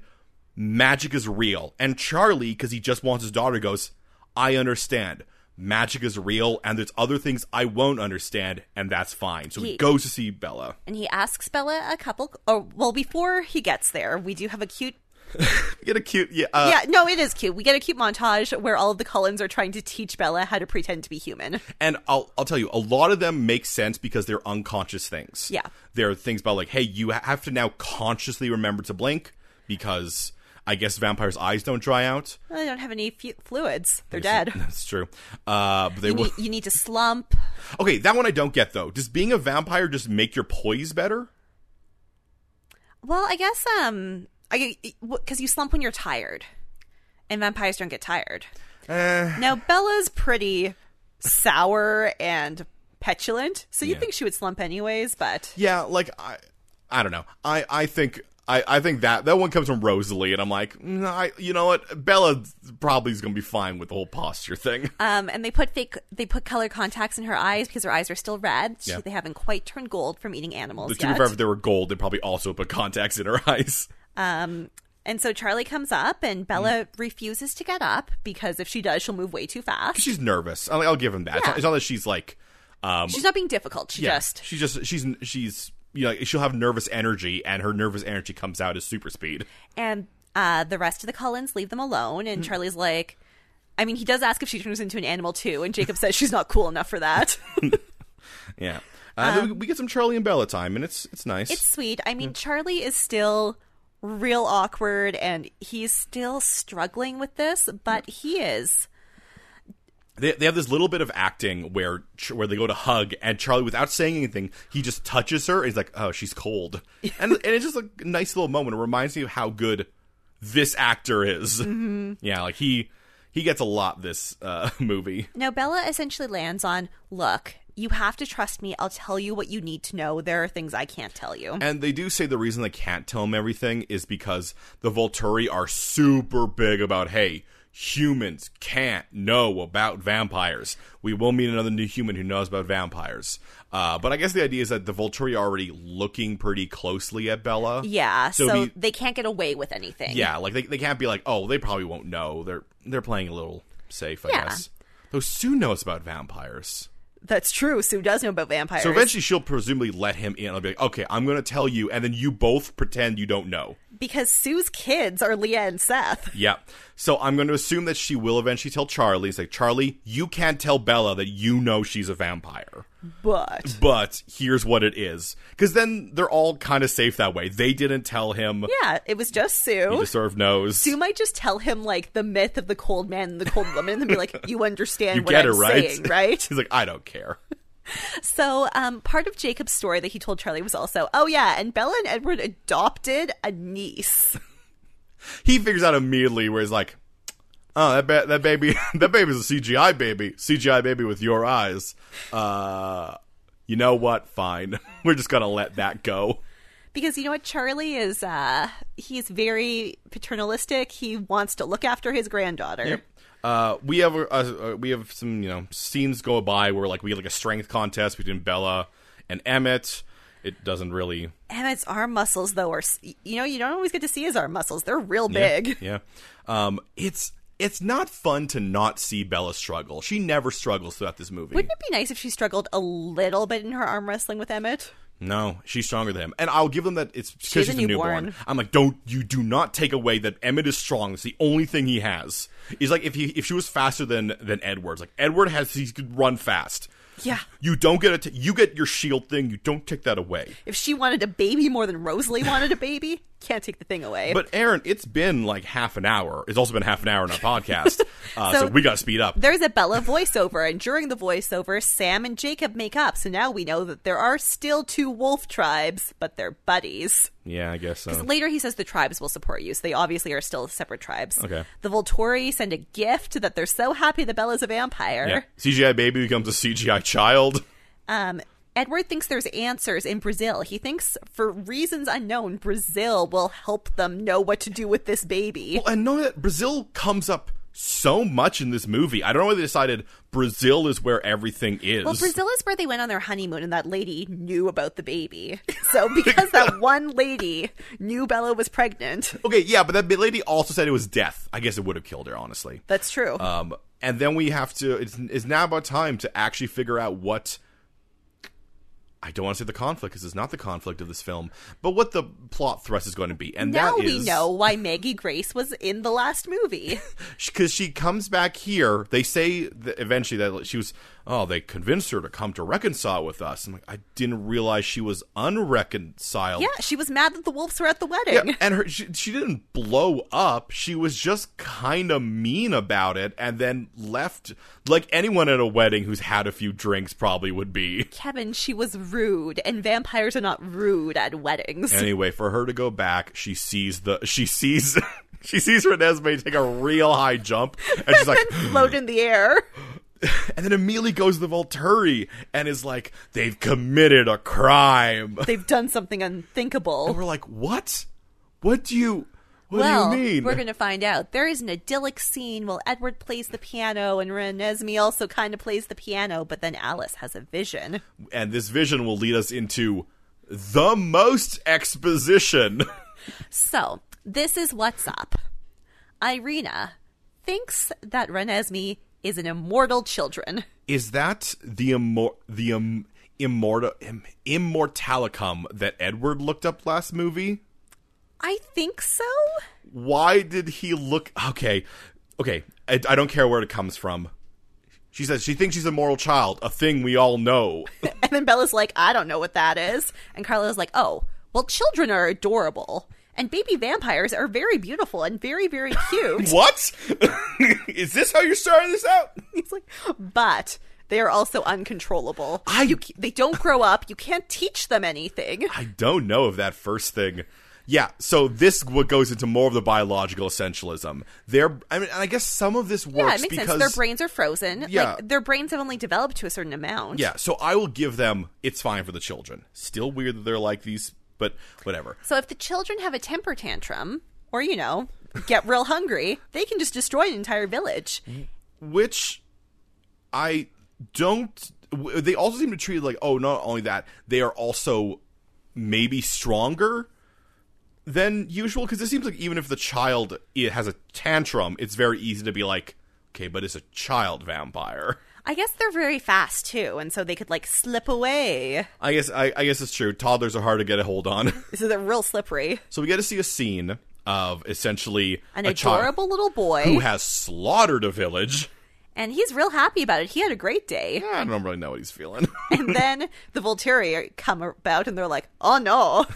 [SPEAKER 1] magic is real. And Charlie, because he just wants his daughter, goes, I understand. Magic is real, and there's other things I won't understand, and that's fine. So he
[SPEAKER 2] He-
[SPEAKER 1] goes to see Bella.
[SPEAKER 2] And he asks Bella a couple. Oh, well, before he gets there, we do have a cute.
[SPEAKER 1] We Get a cute, yeah, uh,
[SPEAKER 2] yeah, no, it is cute. We get a cute montage where all of the Cullens are trying to teach Bella how to pretend to be human.
[SPEAKER 1] and I'll I'll tell you, a lot of them make sense because they're unconscious things.
[SPEAKER 2] Yeah.
[SPEAKER 1] they're things about like, hey, you ha- have to now consciously remember to blink because I guess vampires' eyes don't dry out.
[SPEAKER 2] Well, they don't have any fu- fluids. They're dead.
[SPEAKER 1] That's true. Uh, but they
[SPEAKER 2] You
[SPEAKER 1] will.
[SPEAKER 2] need, you need to slump.
[SPEAKER 1] Okay, that one I don't get though. Does being a vampire just make your poise better?
[SPEAKER 2] Well, I guess um, I because you slump when you're tired, and vampires don't get tired.
[SPEAKER 1] Eh,
[SPEAKER 2] Now Bella's pretty sour and petulant, so you
[SPEAKER 1] Yeah.
[SPEAKER 2] would think she would slump anyways. But
[SPEAKER 1] yeah, like I, I don't know. I I think. I, I think that that one comes from Rosalie, and I'm like, mm, I, you know what, Bella probably is gonna be fine with the whole posture thing.
[SPEAKER 2] um, and they put fake they put color contacts in her eyes because her eyes are still red. She,
[SPEAKER 1] Yeah.
[SPEAKER 2] They haven't quite turned gold from eating animals
[SPEAKER 1] To be
[SPEAKER 2] yet.
[SPEAKER 1] fair, if they were gold, they probably also put contacts in her eyes.
[SPEAKER 2] Um, and so Charlie comes up,
[SPEAKER 1] Mm-hmm.
[SPEAKER 2] and Bella refuses to get up because if she does, she'll move way too fast.
[SPEAKER 1] she's nervous. I'll, I'll give him that. It's,
[SPEAKER 2] Yeah.
[SPEAKER 1] not, it's not that she's like, um,
[SPEAKER 2] She's not being difficult. She
[SPEAKER 1] yeah,
[SPEAKER 2] just
[SPEAKER 1] she's just she's she's you know she'll have nervous energy, and her nervous energy comes out as super speed.
[SPEAKER 2] and uh, the rest of the Cullens leave them alone.
[SPEAKER 1] Mm.
[SPEAKER 2] And Charlie's like, I mean, he does ask if she turns into an animal too, and Jacob says she's not cool enough for that.
[SPEAKER 1] Yeah, uh, then we- we get some Charlie and Bella time, and it's it's nice.
[SPEAKER 2] Um, it's sweet. I mean, Charlie is still real awkward, and he's still struggling with this,
[SPEAKER 1] Mm.
[SPEAKER 2] but he is.
[SPEAKER 1] they, they have this little bit of acting where Ch- where they go to hug, and Charlie, without saying anything, he just touches her. And he's like, "Oh, she's cold," and and it's just a nice little moment. It reminds me of how good this actor is.
[SPEAKER 2] Mm-hmm.
[SPEAKER 1] Yeah, like he he gets a lot this uh, movie.
[SPEAKER 2] Now, Bella essentially lands on, look. You have to trust me. I'll tell you what you need to know. There are things I can't tell you.
[SPEAKER 1] And they do say the reason they can't tell him everything is because the Volturi are super big about, hey, humans can't know about vampires. We will meet another new human who knows about vampires. Uh, but I guess the idea is that the Volturi are already looking pretty closely at Bella.
[SPEAKER 2] Yeah,
[SPEAKER 1] So
[SPEAKER 2] so,
[SPEAKER 1] we-
[SPEAKER 2] they can't get away with anything.
[SPEAKER 1] Yeah, like they, they can't be like, oh, they probably won't know. They're they're playing a little safe, I
[SPEAKER 2] Yeah.
[SPEAKER 1] guess. Though Sue knows about vampires.
[SPEAKER 2] that's true. Sue does know about vampires.
[SPEAKER 1] So eventually she'll presumably let him in. I'll be like, okay, I'm going to tell you, and then you both pretend you don't know.
[SPEAKER 2] because Sue's kids are Leah and Seth.
[SPEAKER 1] Yeah. So I'm going to assume that she will eventually tell Charlie. It's like, Charlie, you can't tell Bella that you know she's a vampire.
[SPEAKER 2] But
[SPEAKER 1] But here's what it is. Because then they're all kind of safe that way. They didn't tell him.
[SPEAKER 2] yeah, it was just Sue.
[SPEAKER 1] He just sort of knows.
[SPEAKER 2] Sue might just tell him like the myth of the cold man and the cold woman, and then be like, "You understand
[SPEAKER 1] you
[SPEAKER 2] what
[SPEAKER 1] get
[SPEAKER 2] I'm
[SPEAKER 1] it, right?
[SPEAKER 2] saying, right?"
[SPEAKER 1] He's like, I don't care.
[SPEAKER 2] So, um, part of Jacob's story that he told Charlie was also, "Oh yeah, and Bella and Edward adopted a niece."
[SPEAKER 1] He figures out immediately where he's like, Oh, that ba- that baby, that baby's a CGI baby, CGI baby with your eyes. Uh, you know what? Fine, we're just gonna let that go.
[SPEAKER 2] because you know what charlie is uh he's very paternalistic he wants to look after his granddaughter
[SPEAKER 1] Uh, we have a, a, a- we have some you know scenes go by where like we have like a strength contest between Bella and Emmett. It doesn't really
[SPEAKER 2] emmett's arm muscles though are s- you know you don't always get to see his arm muscles they're real
[SPEAKER 1] yeah,
[SPEAKER 2] big
[SPEAKER 1] Yeah, um, it's it's not fun to not see Bella struggle. She never struggles throughout this movie.
[SPEAKER 2] wouldn't it be nice if she struggled a little bit in her arm wrestling with emmett
[SPEAKER 1] No, she's stronger than him, and I'll give them that. It's because
[SPEAKER 2] She's
[SPEAKER 1] she's,
[SPEAKER 2] a
[SPEAKER 1] a newborn.
[SPEAKER 2] newborn.
[SPEAKER 1] I'm like, don't you do not take away that Emmett is strong. It's the only thing he has. He's like if he if she was faster than than Edward's. Like Edward has he could run fast.
[SPEAKER 2] yeah
[SPEAKER 1] You don't get a t- you get your shield thing. You don't take that away.
[SPEAKER 2] if she wanted a baby more than rosalie wanted a baby can't take the thing away
[SPEAKER 1] But Aaron, it's been like half an hour. It's also been half an hour in our podcast, uh, so,
[SPEAKER 2] So-
[SPEAKER 1] we got to speed up.
[SPEAKER 2] there's a Bella voiceover, and during the voiceover, Sam and Jacob make up. So now we know that there are still two wolf tribes, but they're buddies.
[SPEAKER 1] Yeah, I guess so.
[SPEAKER 2] Later, he says the tribes will support you, so they obviously are still separate tribes.
[SPEAKER 1] Okay.
[SPEAKER 2] The Volturi send a gift that they're so happy that Bella's a vampire.
[SPEAKER 1] Yeah. CGI baby becomes a CGI child.
[SPEAKER 2] Um, Edward thinks there's answers in Brazil. He thinks, for reasons unknown, Brazil will help them know what to do with this baby.
[SPEAKER 1] Well, and know that Brazil comes up so much in this movie. I don't know why they decided Brazil is where everything is.
[SPEAKER 2] Well, Brazil is where they went on their honeymoon, and that lady knew about the baby. So, because that one lady knew Bella was pregnant,
[SPEAKER 1] okay, yeah, but that lady also said it was death. I guess it would have killed her, honestly.
[SPEAKER 2] that's true.
[SPEAKER 1] Um, and then we have to. It's, it's now about time to actually figure out what. I don't want to say the conflict because it's not the conflict of this film, but what the plot thrust is going to be, and
[SPEAKER 2] now
[SPEAKER 1] that
[SPEAKER 2] we
[SPEAKER 1] is
[SPEAKER 2] know why Maggie Grace was in the last movie.
[SPEAKER 1] because she comes back here. They say that eventually that she was. Oh, they convinced her to come to reconcile with us. I'm like, I didn't realize she was unreconciled.
[SPEAKER 2] Yeah, she was mad that the wolves were at the
[SPEAKER 1] Yeah,
[SPEAKER 2] wedding.
[SPEAKER 1] and her she, she didn't blow up. She was just kind of mean about it, and then left like anyone at a wedding who's had a few drinks probably would be.
[SPEAKER 2] Kevin, she was rude, and vampires are not rude at weddings.
[SPEAKER 1] Anyway, for her to go back, she sees the she sees she sees Renesmee take a real high jump, and she's like,
[SPEAKER 2] Float in the air.
[SPEAKER 1] and then immediately goes to the Volturi and is like, they've committed a crime.
[SPEAKER 2] They've done something
[SPEAKER 1] And
[SPEAKER 2] unthinkable.
[SPEAKER 1] we're like, what? What do you? What
[SPEAKER 2] well,
[SPEAKER 1] do you mean?
[SPEAKER 2] we're going to find out. There is an idyllic scene while Edward plays the piano and Renesmee also kind of plays the piano, but then Alice has a vision.
[SPEAKER 1] and this vision will lead us into the most exposition.
[SPEAKER 2] So, this is what's up. Irina thinks that Renesmee is an immortal children.
[SPEAKER 1] Is that the immor- the um, immortal im- immortalicum that Edward looked up last movie?
[SPEAKER 2] I think so.
[SPEAKER 1] Why did he look? Okay, okay. I, I don't care where it comes from. She says she thinks she's a mortal child, a thing we all know.
[SPEAKER 2] And then Bella's like, I don't know what that is. And Carla's like, oh, well, children are adorable. And baby vampires are very beautiful and very, very cute.
[SPEAKER 1] what? Is this how you're starting this out?
[SPEAKER 2] He's like, but they are also uncontrollable.
[SPEAKER 1] I-
[SPEAKER 2] you, ca- they don't grow up. You can't teach them anything.
[SPEAKER 1] I don't know of that first thing. Yeah, so this what goes into more of the biological essentialism. There, I mean, and I guess some of this works
[SPEAKER 2] Yeah, it makes
[SPEAKER 1] because
[SPEAKER 2] sense. Their brains are frozen.
[SPEAKER 1] Yeah.
[SPEAKER 2] Like, their brains have only developed to a certain amount.
[SPEAKER 1] yeah. So I will give them. It's fine for the children. Still weird that they're like these, but whatever.
[SPEAKER 2] So if the children have a temper tantrum, or, you know, get real hungry, they can just destroy an entire village.
[SPEAKER 1] Mm. which I don't. w- They also seem to treat it like, oh, not only that, they are also maybe stronger than usual. Because it seems like even if the child it has a tantrum, it's very easy to be like, okay, but it's a child vampire.
[SPEAKER 2] I guess they're very fast too, and so they could like slip away.
[SPEAKER 1] I guess I, I guess it's true. Toddlers are hard to get a hold on.
[SPEAKER 2] So they're real slippery.
[SPEAKER 1] so we get to see a scene of essentially
[SPEAKER 2] An
[SPEAKER 1] a child
[SPEAKER 2] adorable little boy,
[SPEAKER 1] who has slaughtered a village.
[SPEAKER 2] and he's real happy about it. He had a great day.
[SPEAKER 1] I don't really know what he's feeling.
[SPEAKER 2] and then the Volturi come about and they're like, oh no.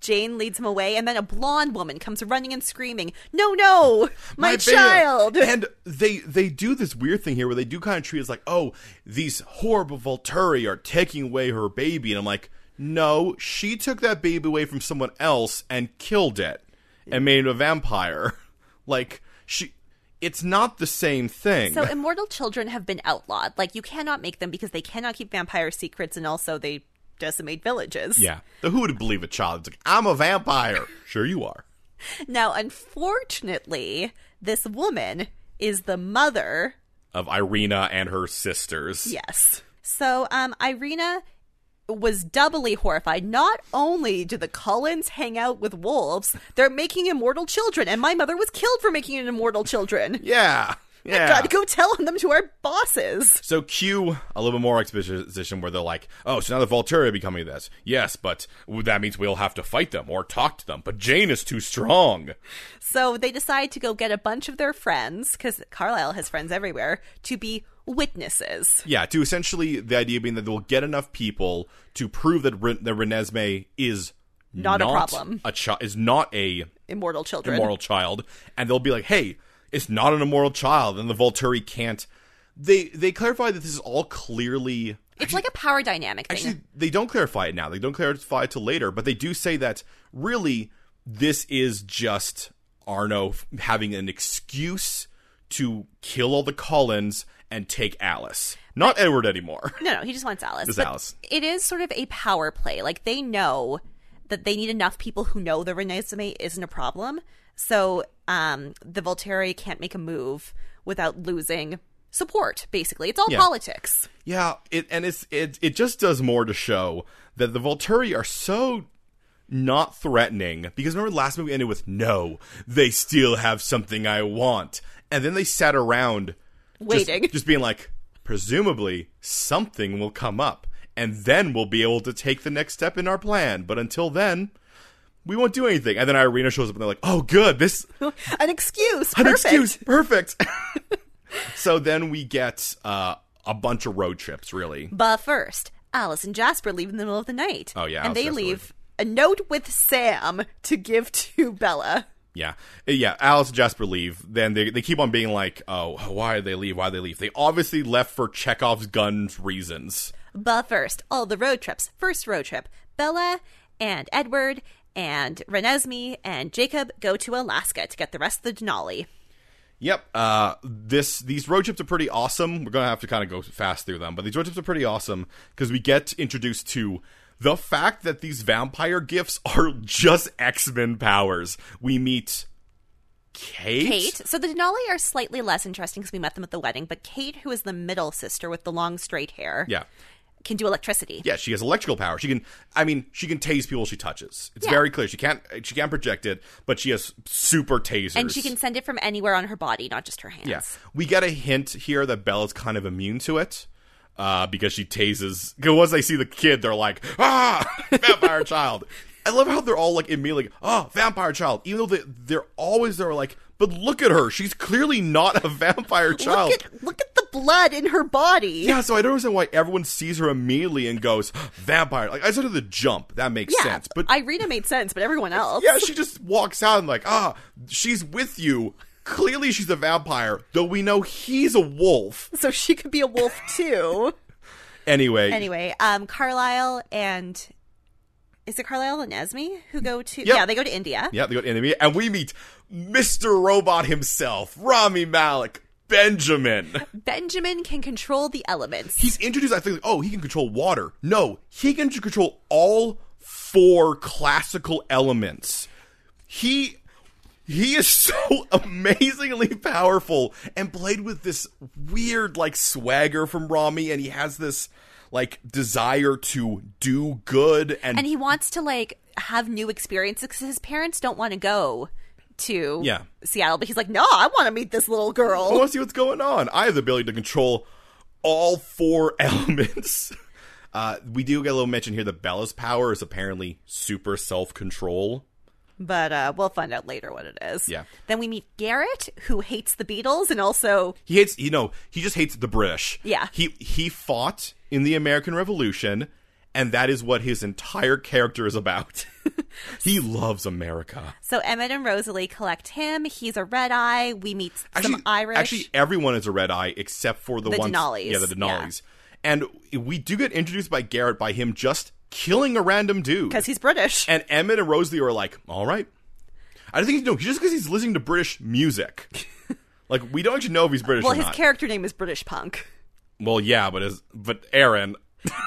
[SPEAKER 2] Jane leads him away, and then a blonde woman comes running and screaming, No, no, my,
[SPEAKER 1] baby.
[SPEAKER 2] child!
[SPEAKER 1] And they they do this weird thing here where they do kind of treat us like, oh, these horrible Volturi are taking away her baby, and I'm like, no, she took that baby away from someone else and killed it and made it a vampire. Like she, it's not the same thing.
[SPEAKER 2] So immortal children have been outlawed. Like you cannot make them because they cannot keep vampire secrets and also they decimate villages.
[SPEAKER 1] yeah, the who would believe a child? It's like I'm a vampire. sure you are.
[SPEAKER 2] Now, unfortunately, this woman is the mother.
[SPEAKER 1] Of Irina and her sisters.
[SPEAKER 2] Yes. So, um Irina was doubly horrified. Not only do the Cullens hang out with wolves, they're making immortal children and my mother was killed for making an immortal children.
[SPEAKER 1] Yeah. Yeah.
[SPEAKER 2] Gotta go tell them to our bosses.
[SPEAKER 1] So cue a little bit more exposition where they're like, "Oh, so now the Volturi are becoming this." Yes, but that means we'll have to fight them or talk to them. But Jane is too strong.
[SPEAKER 2] So they decide to go get a bunch of their friends, because Carlisle has friends everywhere, to be witnesses.
[SPEAKER 1] Yeah, to essentially the idea being that they'll get enough people to prove that Ren- that Renesmee is
[SPEAKER 2] Not a problem.
[SPEAKER 1] a chi- is not a
[SPEAKER 2] Immortal children.
[SPEAKER 1] immoral child, and they'll be like, "Hey, it's not an immoral child," and the Volturi can't. They they clarify that this is all clearly
[SPEAKER 2] It's like a power dynamic thing.
[SPEAKER 1] Actually, they don't clarify it now. They don't clarify it till later, but they do say that really this is just Arno f- having an excuse to kill all the Collins and take Alice, not Edward anymore.
[SPEAKER 2] no, no, he just wants Alice.
[SPEAKER 1] Just
[SPEAKER 2] But
[SPEAKER 1] Alice.
[SPEAKER 2] It is sort of a power play. Like they know that they need enough people who know the Renesmee isn't a problem. So um, the Volturi can't make a move without losing support. Basically, it's all
[SPEAKER 1] Yeah.
[SPEAKER 2] politics.
[SPEAKER 1] Yeah, it and it's it it just does more to show that the Volturi are so not threatening because remember last movie ended with no, they still have something I want, and then they sat around just-
[SPEAKER 2] Waiting.
[SPEAKER 1] just, being like, presumably something will come up, and then we'll be able to take the next step in our plan. But until then, we won't do anything. And then Irina shows up, and they're like, oh, good, this
[SPEAKER 2] An excuse.
[SPEAKER 1] an
[SPEAKER 2] Perfect.
[SPEAKER 1] excuse. Perfect. so then we get uh, a bunch of road trips, really.
[SPEAKER 2] But first, Alice and Jasper leave in the middle of the night.
[SPEAKER 1] Oh, yeah,
[SPEAKER 2] and
[SPEAKER 1] Alice
[SPEAKER 2] they
[SPEAKER 1] and Jasper
[SPEAKER 2] leave a note with Sam to give to Bella.
[SPEAKER 1] Yeah. Uh, Yeah. Alice and Jasper leave. Then they, they keep on being like, oh, why did they leave? Why did they leave? They obviously left for Chekhov's guns reasons.
[SPEAKER 2] But first, all the road trips. First road trip, Bella and Edward and Renesmee and Jacob go to Alaska to get the rest of the Denali.
[SPEAKER 1] Yep. Uh, this these road trips are pretty awesome. We're gonna have to kind of go fast through them, but these road trips are pretty awesome because we get introduced to the fact that these vampire gifts are just X Men powers. We meet Kate.
[SPEAKER 2] Kate, so the Denali are slightly less interesting because we met them at the wedding, but Kate, who is the middle sister with the long straight hair,
[SPEAKER 1] Yeah.
[SPEAKER 2] can do electricity.
[SPEAKER 1] Yeah, she has electrical power. She can, I mean, she can tase people she touches. It's
[SPEAKER 2] Yeah.
[SPEAKER 1] very clear. She can't, she can't project it, but she has super tasers.
[SPEAKER 2] And she can send it from anywhere on her body, not just her hands.
[SPEAKER 1] Yeah. We get a hint here that Bella's kind of immune to it uh, because she tases. Because once they see the kid, they're like, ah, vampire child. I love how they're all like immediately, like, oh, vampire child. Even though they, they're always there, like, but look at her. She's clearly not a vampire child.
[SPEAKER 2] Look at look at the blood in her body.
[SPEAKER 1] yeah, so I don't understand why everyone sees her immediately and goes, "Ah, vampire. Like, I said to the jump, that makes
[SPEAKER 2] Yeah,
[SPEAKER 1] sense. But
[SPEAKER 2] Irina made sense, but everyone else.
[SPEAKER 1] yeah, she just walks out and like, ah, she's with you. Clearly she's a vampire, though we know he's a wolf.
[SPEAKER 2] So she could be a wolf too. anyway, um, Carlisle and is it Carlisle and Esme who go to? Yeah, they go to India.
[SPEAKER 1] Yeah, they go to enemy, and we meet Mr. Robot himself, Rami Malik, Benjamin.
[SPEAKER 2] Benjamin can control the elements.
[SPEAKER 1] He's introduced. I think, like, oh, he can control water. No, he can control all four classical elements. He He is so amazingly powerful and played with this weird like swagger from Rami and he has this like desire to do good and,
[SPEAKER 2] and he wants to like have new experiences because his parents don't want to go to
[SPEAKER 1] Yeah.
[SPEAKER 2] Seattle, but he's like, no, I want to meet this little
[SPEAKER 1] I
[SPEAKER 2] girl.
[SPEAKER 1] want to see what's going on. I have the ability to control all four elements. Uh, we do get a little mention here that Bella's power is apparently super self control.
[SPEAKER 2] But uh, we'll find out later what it is.
[SPEAKER 1] Yeah.
[SPEAKER 2] Then we meet Garrett, who hates the Beatles and also
[SPEAKER 1] He hates, you know, he just hates the British.
[SPEAKER 2] Yeah.
[SPEAKER 1] He he fought in the American Revolution, and that is what his entire character is about. he loves America.
[SPEAKER 2] so Emmett and Rosalie collect him. He's a red eye. We meet some Irish.
[SPEAKER 1] Actually, everyone is a red eye except for the,
[SPEAKER 2] The
[SPEAKER 1] ones.
[SPEAKER 2] Denali's,
[SPEAKER 1] Yeah, the
[SPEAKER 2] yeah.
[SPEAKER 1] Denali's. And we do get introduced by Garrett by him just killing a random dude.
[SPEAKER 2] because he's British.
[SPEAKER 1] And Emmett and Rosalie are like, all right. I think no, just because he's listening to British music. like we don't actually know if he's British
[SPEAKER 2] well,
[SPEAKER 1] or
[SPEAKER 2] his
[SPEAKER 1] not.
[SPEAKER 2] character name is British Punk.
[SPEAKER 1] well, yeah, but his but Aaron,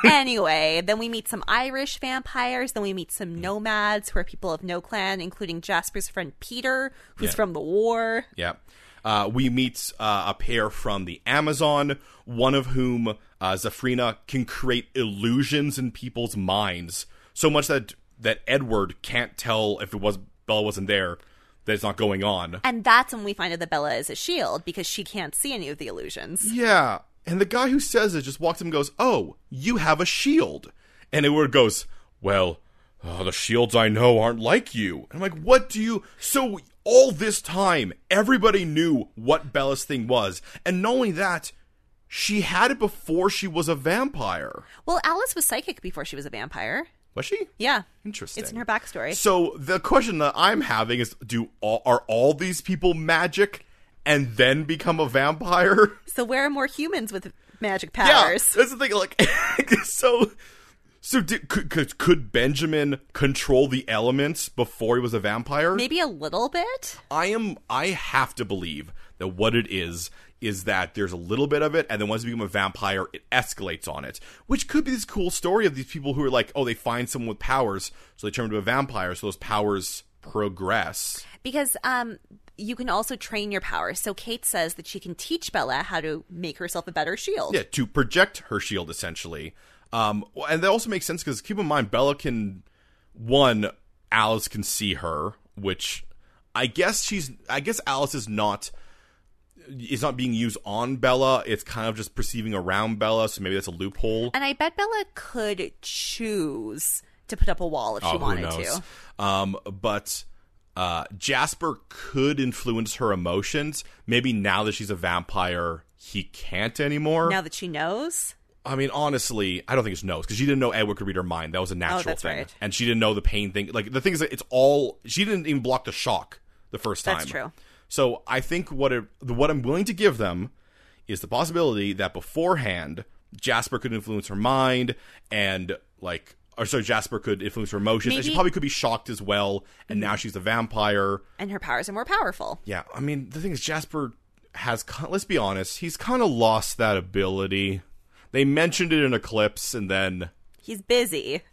[SPEAKER 2] anyway, then we meet some Irish vampires. Then we meet
[SPEAKER 1] Mm.
[SPEAKER 2] some nomads who are people of no clan, including Jasper's friend Peter, who's
[SPEAKER 1] Yeah.
[SPEAKER 2] from the war.
[SPEAKER 1] yeah. Uh, we meet uh, a pair from the Amazon, one of whom uh, Zafrina can create illusions in people's minds so much that that Edward can't tell if it was Bella wasn't there that it's not going on.
[SPEAKER 2] And that's when we find out that Bella is a shield because she can't see any of the illusions.
[SPEAKER 1] Yeah. And the guy who says it just walks up and goes, Oh, you have a shield. And Edward goes, Well, uh, the shields I know aren't like you. And I'm like, What do you. So all this time, everybody knew what Bella's thing was. And not only that, she had it before she was a vampire.
[SPEAKER 2] Well, Alice was psychic before she was a vampire.
[SPEAKER 1] Was she?
[SPEAKER 2] Yeah.
[SPEAKER 1] Interesting.
[SPEAKER 2] It's in her backstory.
[SPEAKER 1] So the question that I'm having is do all, are all these people magic and then become a vampire?
[SPEAKER 2] So where are more humans with magic
[SPEAKER 1] Yeah,
[SPEAKER 2] powers?
[SPEAKER 1] that's the thing. Like, so, so did, could, could could Benjamin control the elements before he was a vampire?
[SPEAKER 2] Maybe a little bit.
[SPEAKER 1] I am. I have to believe that what it is is that there's a little bit of it, and then once you become a vampire, it escalates on it, which could be this cool story of these people who are like, oh, they find someone with powers, so they turn into a vampire, so those powers progress.
[SPEAKER 2] Because um you can also train your powers. So Kate says that she can teach Bella how to make herself a better shield.
[SPEAKER 1] Yeah, to project her shield essentially. Um, well, and that also makes sense because keep in mind Bella can one Alice can see her, which I guess she's I guess Alice is not is not being used on Bella. It's kind of just perceiving around Bella, so maybe that's a loophole.
[SPEAKER 2] And I bet Bella could choose to put up a wall if she
[SPEAKER 1] Oh, who
[SPEAKER 2] wanted
[SPEAKER 1] knows?
[SPEAKER 2] to.
[SPEAKER 1] Um, but uh, Jasper could influence her emotions. Maybe now that she's a vampire, he can't anymore.
[SPEAKER 2] Now that she knows.
[SPEAKER 1] I mean, honestly, I don't think it's knows because she didn't know Edward could read her mind. That was a natural
[SPEAKER 2] Oh, that's
[SPEAKER 1] thing,
[SPEAKER 2] right.
[SPEAKER 1] and she didn't know the pain thing. Like the thing is, that it's all she didn't even block the shock the first time.
[SPEAKER 2] That's true.
[SPEAKER 1] So I think what it, what I'm willing to give them is the possibility that beforehand Jasper could influence her mind and like. Or so Jasper could influence her emotions, and she
[SPEAKER 2] Maybe- Mm-hmm.
[SPEAKER 1] probably could be shocked as well. And now she's a vampire.
[SPEAKER 2] And her powers are more powerful.
[SPEAKER 1] Yeah, I mean the thing is Jasper has. ki- Let's be honest, he's kind of lost that ability. They mentioned it in Eclipse, and then
[SPEAKER 2] He's busy.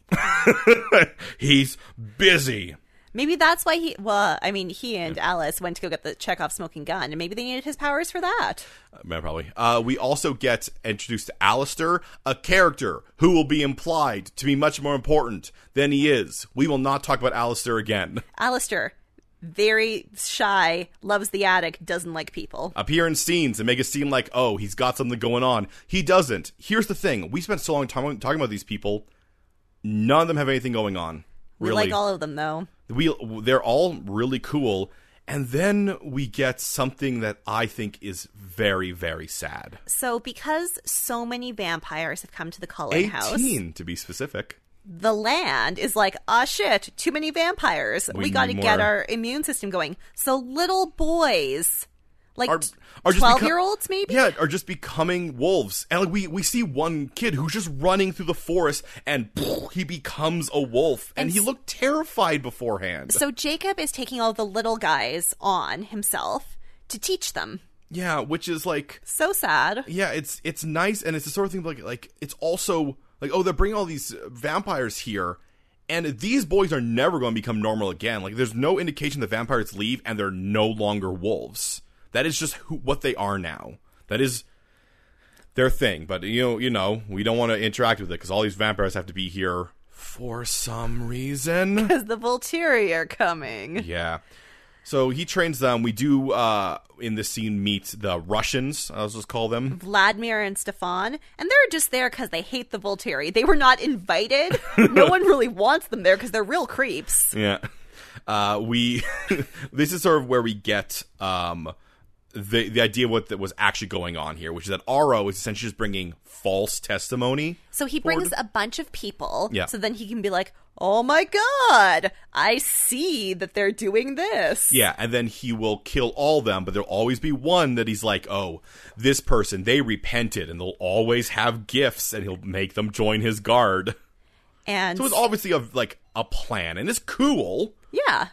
[SPEAKER 1] he's busy.
[SPEAKER 2] Maybe that's why he well, I mean he and Alice went to go get the Chekhov smoking gun and maybe they needed his powers for that.
[SPEAKER 1] Uh, yeah, probably. Uh, we also get introduced to Alistair, a character who will be implied to be much more important than he is. We will not talk about Alistair again.
[SPEAKER 2] Alistair, very shy, loves the attic, doesn't like people.
[SPEAKER 1] appear in scenes and make it seem like, oh, he's got something going on. He doesn't. Here's the thing: we spent so long time talking about these people. None of them have anything going on.
[SPEAKER 2] We
[SPEAKER 1] Really,
[SPEAKER 2] like all of them though.
[SPEAKER 1] we they're all really cool. And then we get something that I think is very, very sad.
[SPEAKER 2] So because so many vampires have come to the Cullen house,
[SPEAKER 1] Eighteen, to be specific.
[SPEAKER 2] the land is like, ah shit, too many vampires. We,
[SPEAKER 1] We need
[SPEAKER 2] got to get
[SPEAKER 1] more."
[SPEAKER 2] our immune system going. So little boys, like
[SPEAKER 1] Are- are just become-
[SPEAKER 2] 12 year olds maybe?
[SPEAKER 1] Yeah, are just becoming wolves. And like we, we see one kid who's just running through the forest and he becomes a wolf. And,
[SPEAKER 2] And
[SPEAKER 1] he
[SPEAKER 2] s-
[SPEAKER 1] looked terrified beforehand.
[SPEAKER 2] So Jacob is taking all the little guys on himself to teach them.
[SPEAKER 1] yeah, which is like
[SPEAKER 2] So sad.
[SPEAKER 1] yeah, it's it's nice, and it's the sort of thing like like it's also like oh they're bringing all these uh, vampires here, And these boys are never going to become normal again. Like, there's no indication the vampires leave and they're no longer wolves. That is just who, what they are now. That is their thing. But you know, you know, we don't want to interact with it because all these vampires have to be here for some reason.
[SPEAKER 2] Because the Volturi are coming.
[SPEAKER 1] Yeah. So he trains them. We do uh, in this scene meet the Russians. I'll just call them.
[SPEAKER 2] Vladimir and Stefan, and they're just there because they hate the Volturi. They were not invited. no one really wants them there because they're real creeps.
[SPEAKER 1] Yeah. Uh, we. this is sort of where we get um, the the idea of what that was actually going on here, which is that Aro is essentially just bringing false testimony.
[SPEAKER 2] So he brings a bunch of people.
[SPEAKER 1] Yeah.
[SPEAKER 2] So then he can be like, oh my God, I see that they're doing this.
[SPEAKER 1] Yeah, and then he will kill all them, but there'll always be one that he's like, "Oh, this person, they repented, and they'll always have gifts, and he'll make them join his guard."
[SPEAKER 2] And
[SPEAKER 1] So it's obviously a like a plan, and it's cool.
[SPEAKER 2] yeah.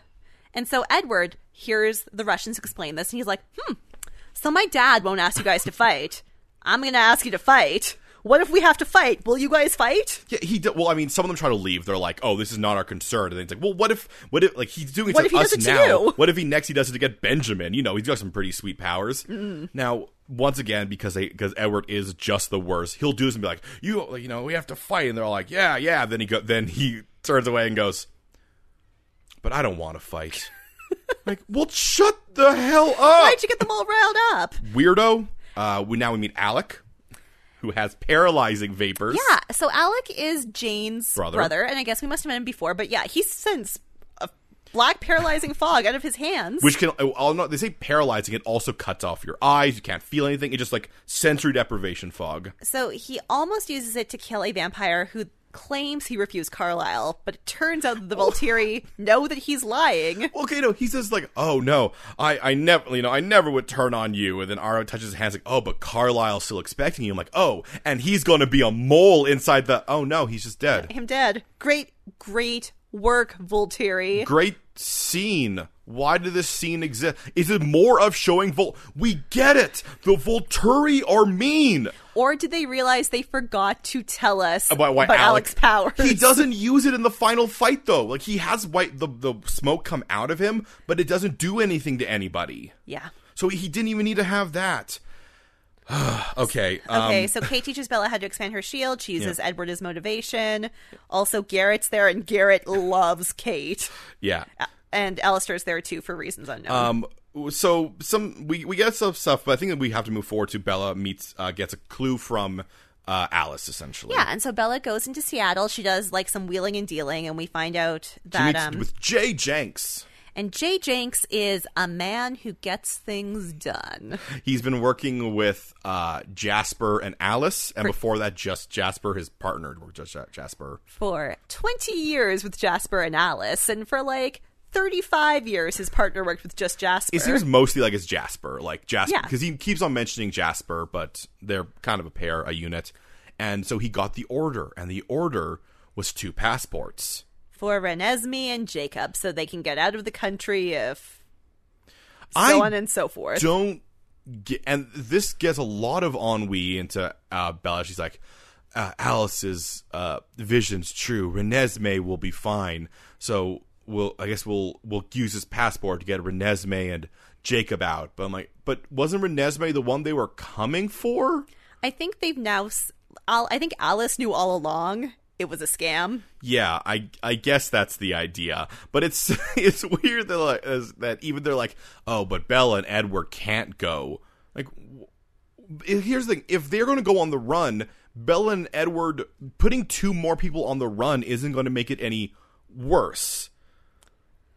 [SPEAKER 2] And so Edward hears the Russians explain this, and he's like, hmm, so my dad won't ask you guys to fight. I'm going to ask you to fight. What if we have to fight? Will you guys fight?
[SPEAKER 1] Yeah, he. d well, I mean, some of them try to leave. They're like, "Oh, this is not our concern." And then it's like, "Well, what if? What if? Like, he's doing it
[SPEAKER 2] What
[SPEAKER 1] to
[SPEAKER 2] if he
[SPEAKER 1] us
[SPEAKER 2] does it to
[SPEAKER 1] now.
[SPEAKER 2] you?"
[SPEAKER 1] What if he next he does it to get Benjamin? You know, he's got some pretty sweet powers. Now, once again, because they because Edward is just the worst, he'll do this and be like, "You, like, you know, we have to fight," and they're all like, "Yeah, yeah." Then he go, then he turns away and goes, "But I don't want to fight." like, well, shut the hell up,
[SPEAKER 2] Why'd you get them all riled up?
[SPEAKER 1] weirdo. Uh, we now we meet Alec, who has paralyzing vapors.
[SPEAKER 2] Yeah, so Alec is Jane's
[SPEAKER 1] Brother.
[SPEAKER 2] brother. and I guess we must have met him before, but yeah, he sends a black paralyzing fog out of his hands.
[SPEAKER 1] which can I'll not they say paralyzing it also cuts off your eyes you can't feel anything it's just like sensory deprivation fog
[SPEAKER 2] so he almost uses it to kill a vampire who claims he refused Carlisle, but it turns out that the
[SPEAKER 1] Oh.
[SPEAKER 2] Volturi know that he's lying.
[SPEAKER 1] okay no he says like oh no i i never you know i never would turn on you and then aro touches his hands like oh but carlisle's still expecting you i'm like oh and he's gonna be a mole inside the oh no he's just dead
[SPEAKER 2] Him dead. Great, great work, Volturi.
[SPEAKER 1] great scene why did this scene exist is it more of showing vol we get it the volturi are mean
[SPEAKER 2] or did they realize they forgot to tell us
[SPEAKER 1] about uh, why
[SPEAKER 2] about
[SPEAKER 1] Alex,
[SPEAKER 2] Alec's powers?
[SPEAKER 1] He doesn't use it in the final fight though. Like he has white the the smoke come out of him, but it doesn't do anything to anybody.
[SPEAKER 2] Yeah.
[SPEAKER 1] So he didn't even need to have that. okay. Um,
[SPEAKER 2] Okay, so Kate teaches Bella how to expand her shield. She uses Edward as motivation. Also, Garrett's there, and Garrett loves Kate.
[SPEAKER 1] yeah.
[SPEAKER 2] And Alistair's there too for reasons unknown.
[SPEAKER 1] Um. So some we we get some stuff, but I think that we have to move forward to Bella meets uh, gets a clue from uh, Alice essentially.
[SPEAKER 2] yeah, and so Bella goes into Seattle. She does like some wheeling and dealing, and we find out
[SPEAKER 1] She
[SPEAKER 2] that
[SPEAKER 1] meets
[SPEAKER 2] um
[SPEAKER 1] with Jay Jenks.
[SPEAKER 2] and Jay Jenks is a man who gets things done.
[SPEAKER 1] He's been working with uh, Jasper and Alice, and before that, just Jasper, his partner, were just Jasper.
[SPEAKER 2] for 20 years with Jasper and Alice, and for like 35 years, his partner worked with just Jasper.
[SPEAKER 1] It seems mostly like it's Jasper, like Jasper,
[SPEAKER 2] Yeah.
[SPEAKER 1] because he keeps on mentioning Jasper, but they're kind of a pair, a unit, and so he got the order, and the order was two passports.
[SPEAKER 2] for Renesmee and Jacob, so they can get out of the country if so
[SPEAKER 1] I
[SPEAKER 2] on and so forth.
[SPEAKER 1] Don't get, and this gets a lot of ennui into uh, Bella. She's like, uh, Alice's uh, vision's true. Renesmee will be fine, so we'll, I guess we'll we'll use his passport to get Renesmee and Jacob out. But I'm like, but wasn't Renesmee the one they were coming for?
[SPEAKER 2] I think they've now. s- Al- I think Alice knew all along it was a scam.
[SPEAKER 1] Yeah, I I guess that's the idea, but it's it's weird that like, is- that even they're like, oh, but Bella and Edward can't go. Like, w- if- here's the thing: if they're going to go on the run, Bella and Edward putting two more people on the run isn't going to make it any worse.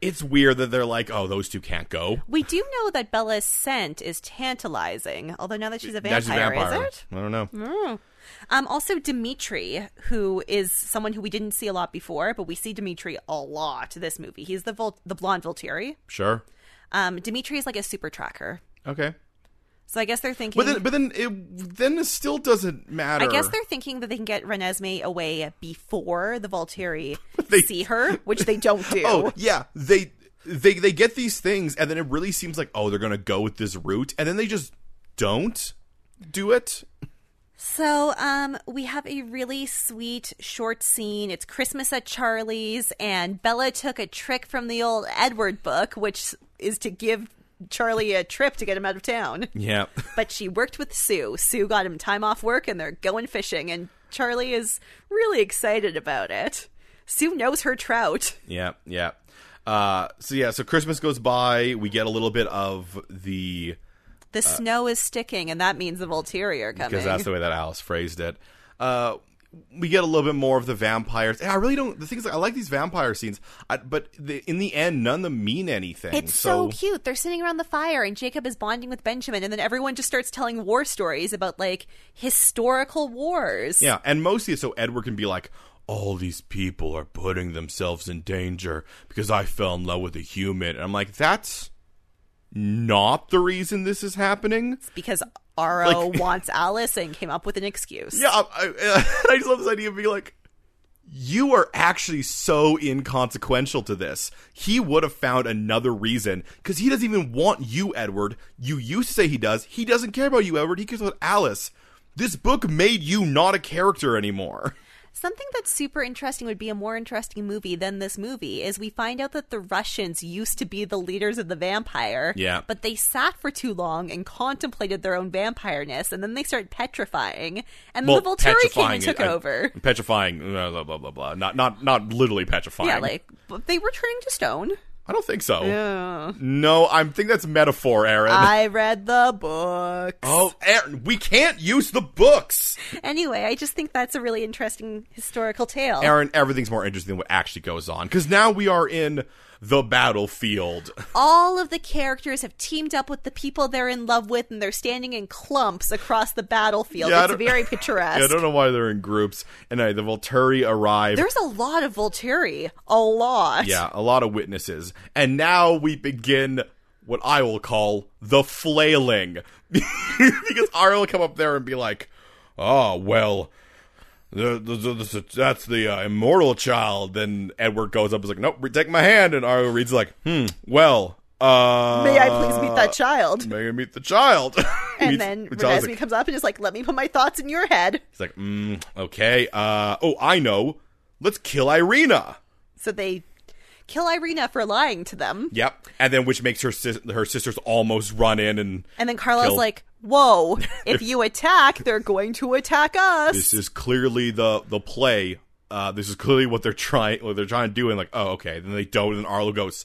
[SPEAKER 1] It's weird that they're like, oh, those two can't go.
[SPEAKER 2] We do know that Bella's scent is tantalizing, although now that she's a
[SPEAKER 1] That's a
[SPEAKER 2] vampire,
[SPEAKER 1] vampire.
[SPEAKER 2] is it?
[SPEAKER 1] I don't know.
[SPEAKER 2] Um, also, Dimitri, who is someone who we didn't see a lot before, but we see Dimitri a lot this movie. He's the Vol- the blonde Volturi.
[SPEAKER 1] Sure.
[SPEAKER 2] Um, Dimitri is like a super tracker.
[SPEAKER 1] Okay.
[SPEAKER 2] So I guess they're thinking.
[SPEAKER 1] But then, but then, it then it still doesn't matter.
[SPEAKER 2] I guess they're thinking that they can get Renesmee away before the Volturi
[SPEAKER 1] They-
[SPEAKER 2] see her, which they don't do.
[SPEAKER 1] Oh yeah, they they they get these things, and then it really seems like oh they're gonna go with this route, and then they just don't do it.
[SPEAKER 2] So, um, we have a really sweet short scene. It's Christmas at Charlie's, and Bella took a trick from the old Edward book, which is to give Charlie a trip to get him out of town.
[SPEAKER 1] Yeah.
[SPEAKER 2] But she worked with Sue. Sue got him time off work, and they're going fishing, and Charlie is really excited about it. Sue knows her trout.
[SPEAKER 1] Yeah, yeah. Uh, so yeah, so Christmas goes by. We get a little bit of the
[SPEAKER 2] The snow is sticking, and that means the Volterra are coming.
[SPEAKER 1] because that's the way that Alice phrased it. Uh, we get a little bit more of the vampires. And I really don't. The things I like these vampire scenes, I, but the, in the end, none of them mean anything.
[SPEAKER 2] It's so, cute. They're sitting around the fire, and Jacob is bonding with Benjamin, and then everyone just starts telling war stories about like historical wars.
[SPEAKER 1] Yeah, and mostly so Edward can be like, all these people are putting themselves in danger because I fell in love with a human. And I'm like, that's not the reason this is happening.
[SPEAKER 2] It's because Aro wants Alice and came up with an excuse.
[SPEAKER 1] Yeah, I, I, I just love this idea of being like, you are actually so inconsequential to this. He would have found another reason because he doesn't even want you, Edward. You used to say he does. He doesn't care about you, Edward. He cares about Alice. This book made you not a character anymore.
[SPEAKER 2] Something that's super interesting would be a more interesting movie than this movie is we find out that the Russians used to be the leaders of the vampire.
[SPEAKER 1] Yeah.
[SPEAKER 2] But they sat for too long and contemplated their own vampireness, and then they started petrifying, and then the Volturi came
[SPEAKER 1] petrifying
[SPEAKER 2] and took
[SPEAKER 1] it- I-
[SPEAKER 2] over.
[SPEAKER 1] Petrifying, blah blah blah blah. blah. Not not not literally petrifying.
[SPEAKER 2] Yeah, like but they were turning to stone.
[SPEAKER 1] I don't think so. No, I think that's metaphor, Aaron.
[SPEAKER 2] I read the book.
[SPEAKER 1] oh, Aaron, we can't use the books.
[SPEAKER 2] Anyway, I just think that's a really interesting historical tale.
[SPEAKER 1] Aaron, everything's more interesting than what actually goes on because now we are in the battlefield.
[SPEAKER 2] All of the characters have teamed up with the people they're in love with, and they're standing in clumps across the battlefield.
[SPEAKER 1] Yeah, I
[SPEAKER 2] it's
[SPEAKER 1] don't-
[SPEAKER 2] very picturesque.
[SPEAKER 1] Yeah, I don't know why they're in groups. And uh, the Volturi arrive.
[SPEAKER 2] There's a lot of Volturi. A lot.
[SPEAKER 1] yeah, a lot of witnesses, and now we begin what I will call the flailing, because Ari will come up there and be like, "Oh well." The, the, the, the- that's the uh, immortal child. Then Edward goes up and is like, Nope, re- take my hand. And Arlo reads, like, Hmm, well, uh.
[SPEAKER 2] May I please meet that child?
[SPEAKER 1] May I meet the child?
[SPEAKER 2] And
[SPEAKER 1] Meets-
[SPEAKER 2] then
[SPEAKER 1] meets Alice,
[SPEAKER 2] Renesmee
[SPEAKER 1] like-
[SPEAKER 2] comes up and is like, let me put my thoughts in your head.
[SPEAKER 1] He's like, mm, okay, uh, oh, I know. Let's kill Irina.
[SPEAKER 2] So they kill Irina for lying to them.
[SPEAKER 1] Yep. And then, which makes her sis- her sisters almost run in and
[SPEAKER 2] And then Carla's
[SPEAKER 1] Kill.
[SPEAKER 2] like, whoa, if you attack, they're going to attack us.
[SPEAKER 1] this is clearly the the play. Uh, this is clearly what they're trying what they're trying to do, and like, oh, okay. Then they don't, and Arlo goes,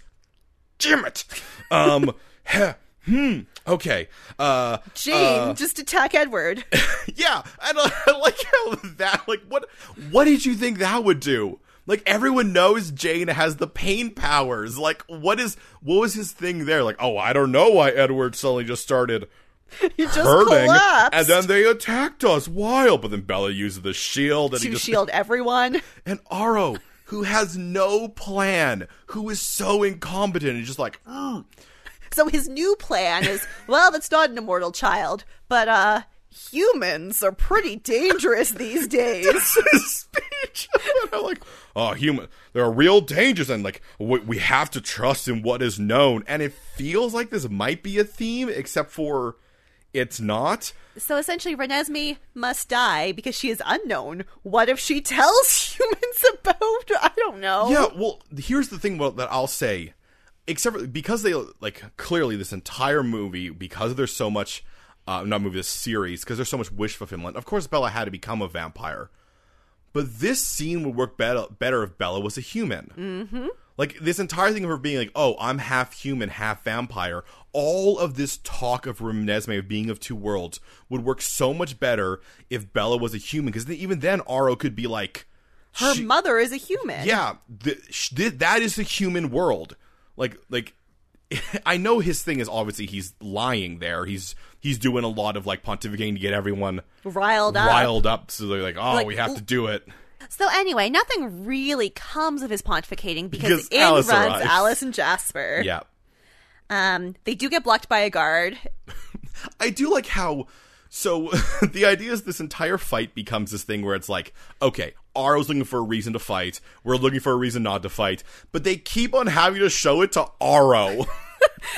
[SPEAKER 1] "Damn it!" Um, heh, hmm. Okay. Uh,
[SPEAKER 2] Jane, just attack Edward.
[SPEAKER 1] yeah. And I, I like how that. Like, what? What did you think that would do? Like everyone knows Jane has the pain powers. Like, what is what was his thing there? Like, oh, I don't know why Edward suddenly just started
[SPEAKER 2] You just
[SPEAKER 1] hurting,
[SPEAKER 2] collapsed
[SPEAKER 1] and then they attacked us. Wild, but then Bella uses the shield, and he
[SPEAKER 2] to
[SPEAKER 1] just
[SPEAKER 2] shield everyone.
[SPEAKER 1] and Aro, who has no plan, who is so incompetent, and just like, "Mm,
[SPEAKER 2] So his new plan is, well, that's not an immortal child, but uh humans are pretty dangerous these days.
[SPEAKER 1] his speech. And I'm like, oh, human, there are real dangers, and like, we, we have to trust in what is known. And it feels like this might be a theme, except for it's not.
[SPEAKER 2] So essentially, Renesmee must die because she is unknown. What if she tells humans about? I don't know.
[SPEAKER 1] Yeah, well, here's the thing well, that I'll say. Except for, because they like clearly this entire movie because there's so much, uh, not movie this series because there's so much wish fulfillment. Of course, Bella had to become a vampire, but this scene would work better better if Bella was a human. Mm-hmm. Like this entire thing of her being like, oh, I'm half human, half vampire. All of this talk of Renesmee of being of two worlds would work so much better if Bella was a human because even then Aro could be like,
[SPEAKER 2] Her
[SPEAKER 1] she-
[SPEAKER 2] mother is a human.
[SPEAKER 1] yeah, the, sh- th- that is the human world. Like, like I know his thing is obviously he's lying there. He's he's doing a lot of like pontificating to get everyone
[SPEAKER 2] riled up.
[SPEAKER 1] riled up. So they're like, oh,
[SPEAKER 2] Like,
[SPEAKER 1] we have to do it.
[SPEAKER 2] So anyway, nothing really comes of his pontificating because,
[SPEAKER 1] Because
[SPEAKER 2] in
[SPEAKER 1] Alice
[SPEAKER 2] runs
[SPEAKER 1] arrives.
[SPEAKER 2] Alice and Jasper.
[SPEAKER 1] Yeah,
[SPEAKER 2] Um, they do get blocked by a guard.
[SPEAKER 1] I do like how. So the idea is this entire fight becomes this thing where it's like, okay, Aro's looking for a reason to fight. We're looking for a reason not to fight, but they keep on having to show it to Aro.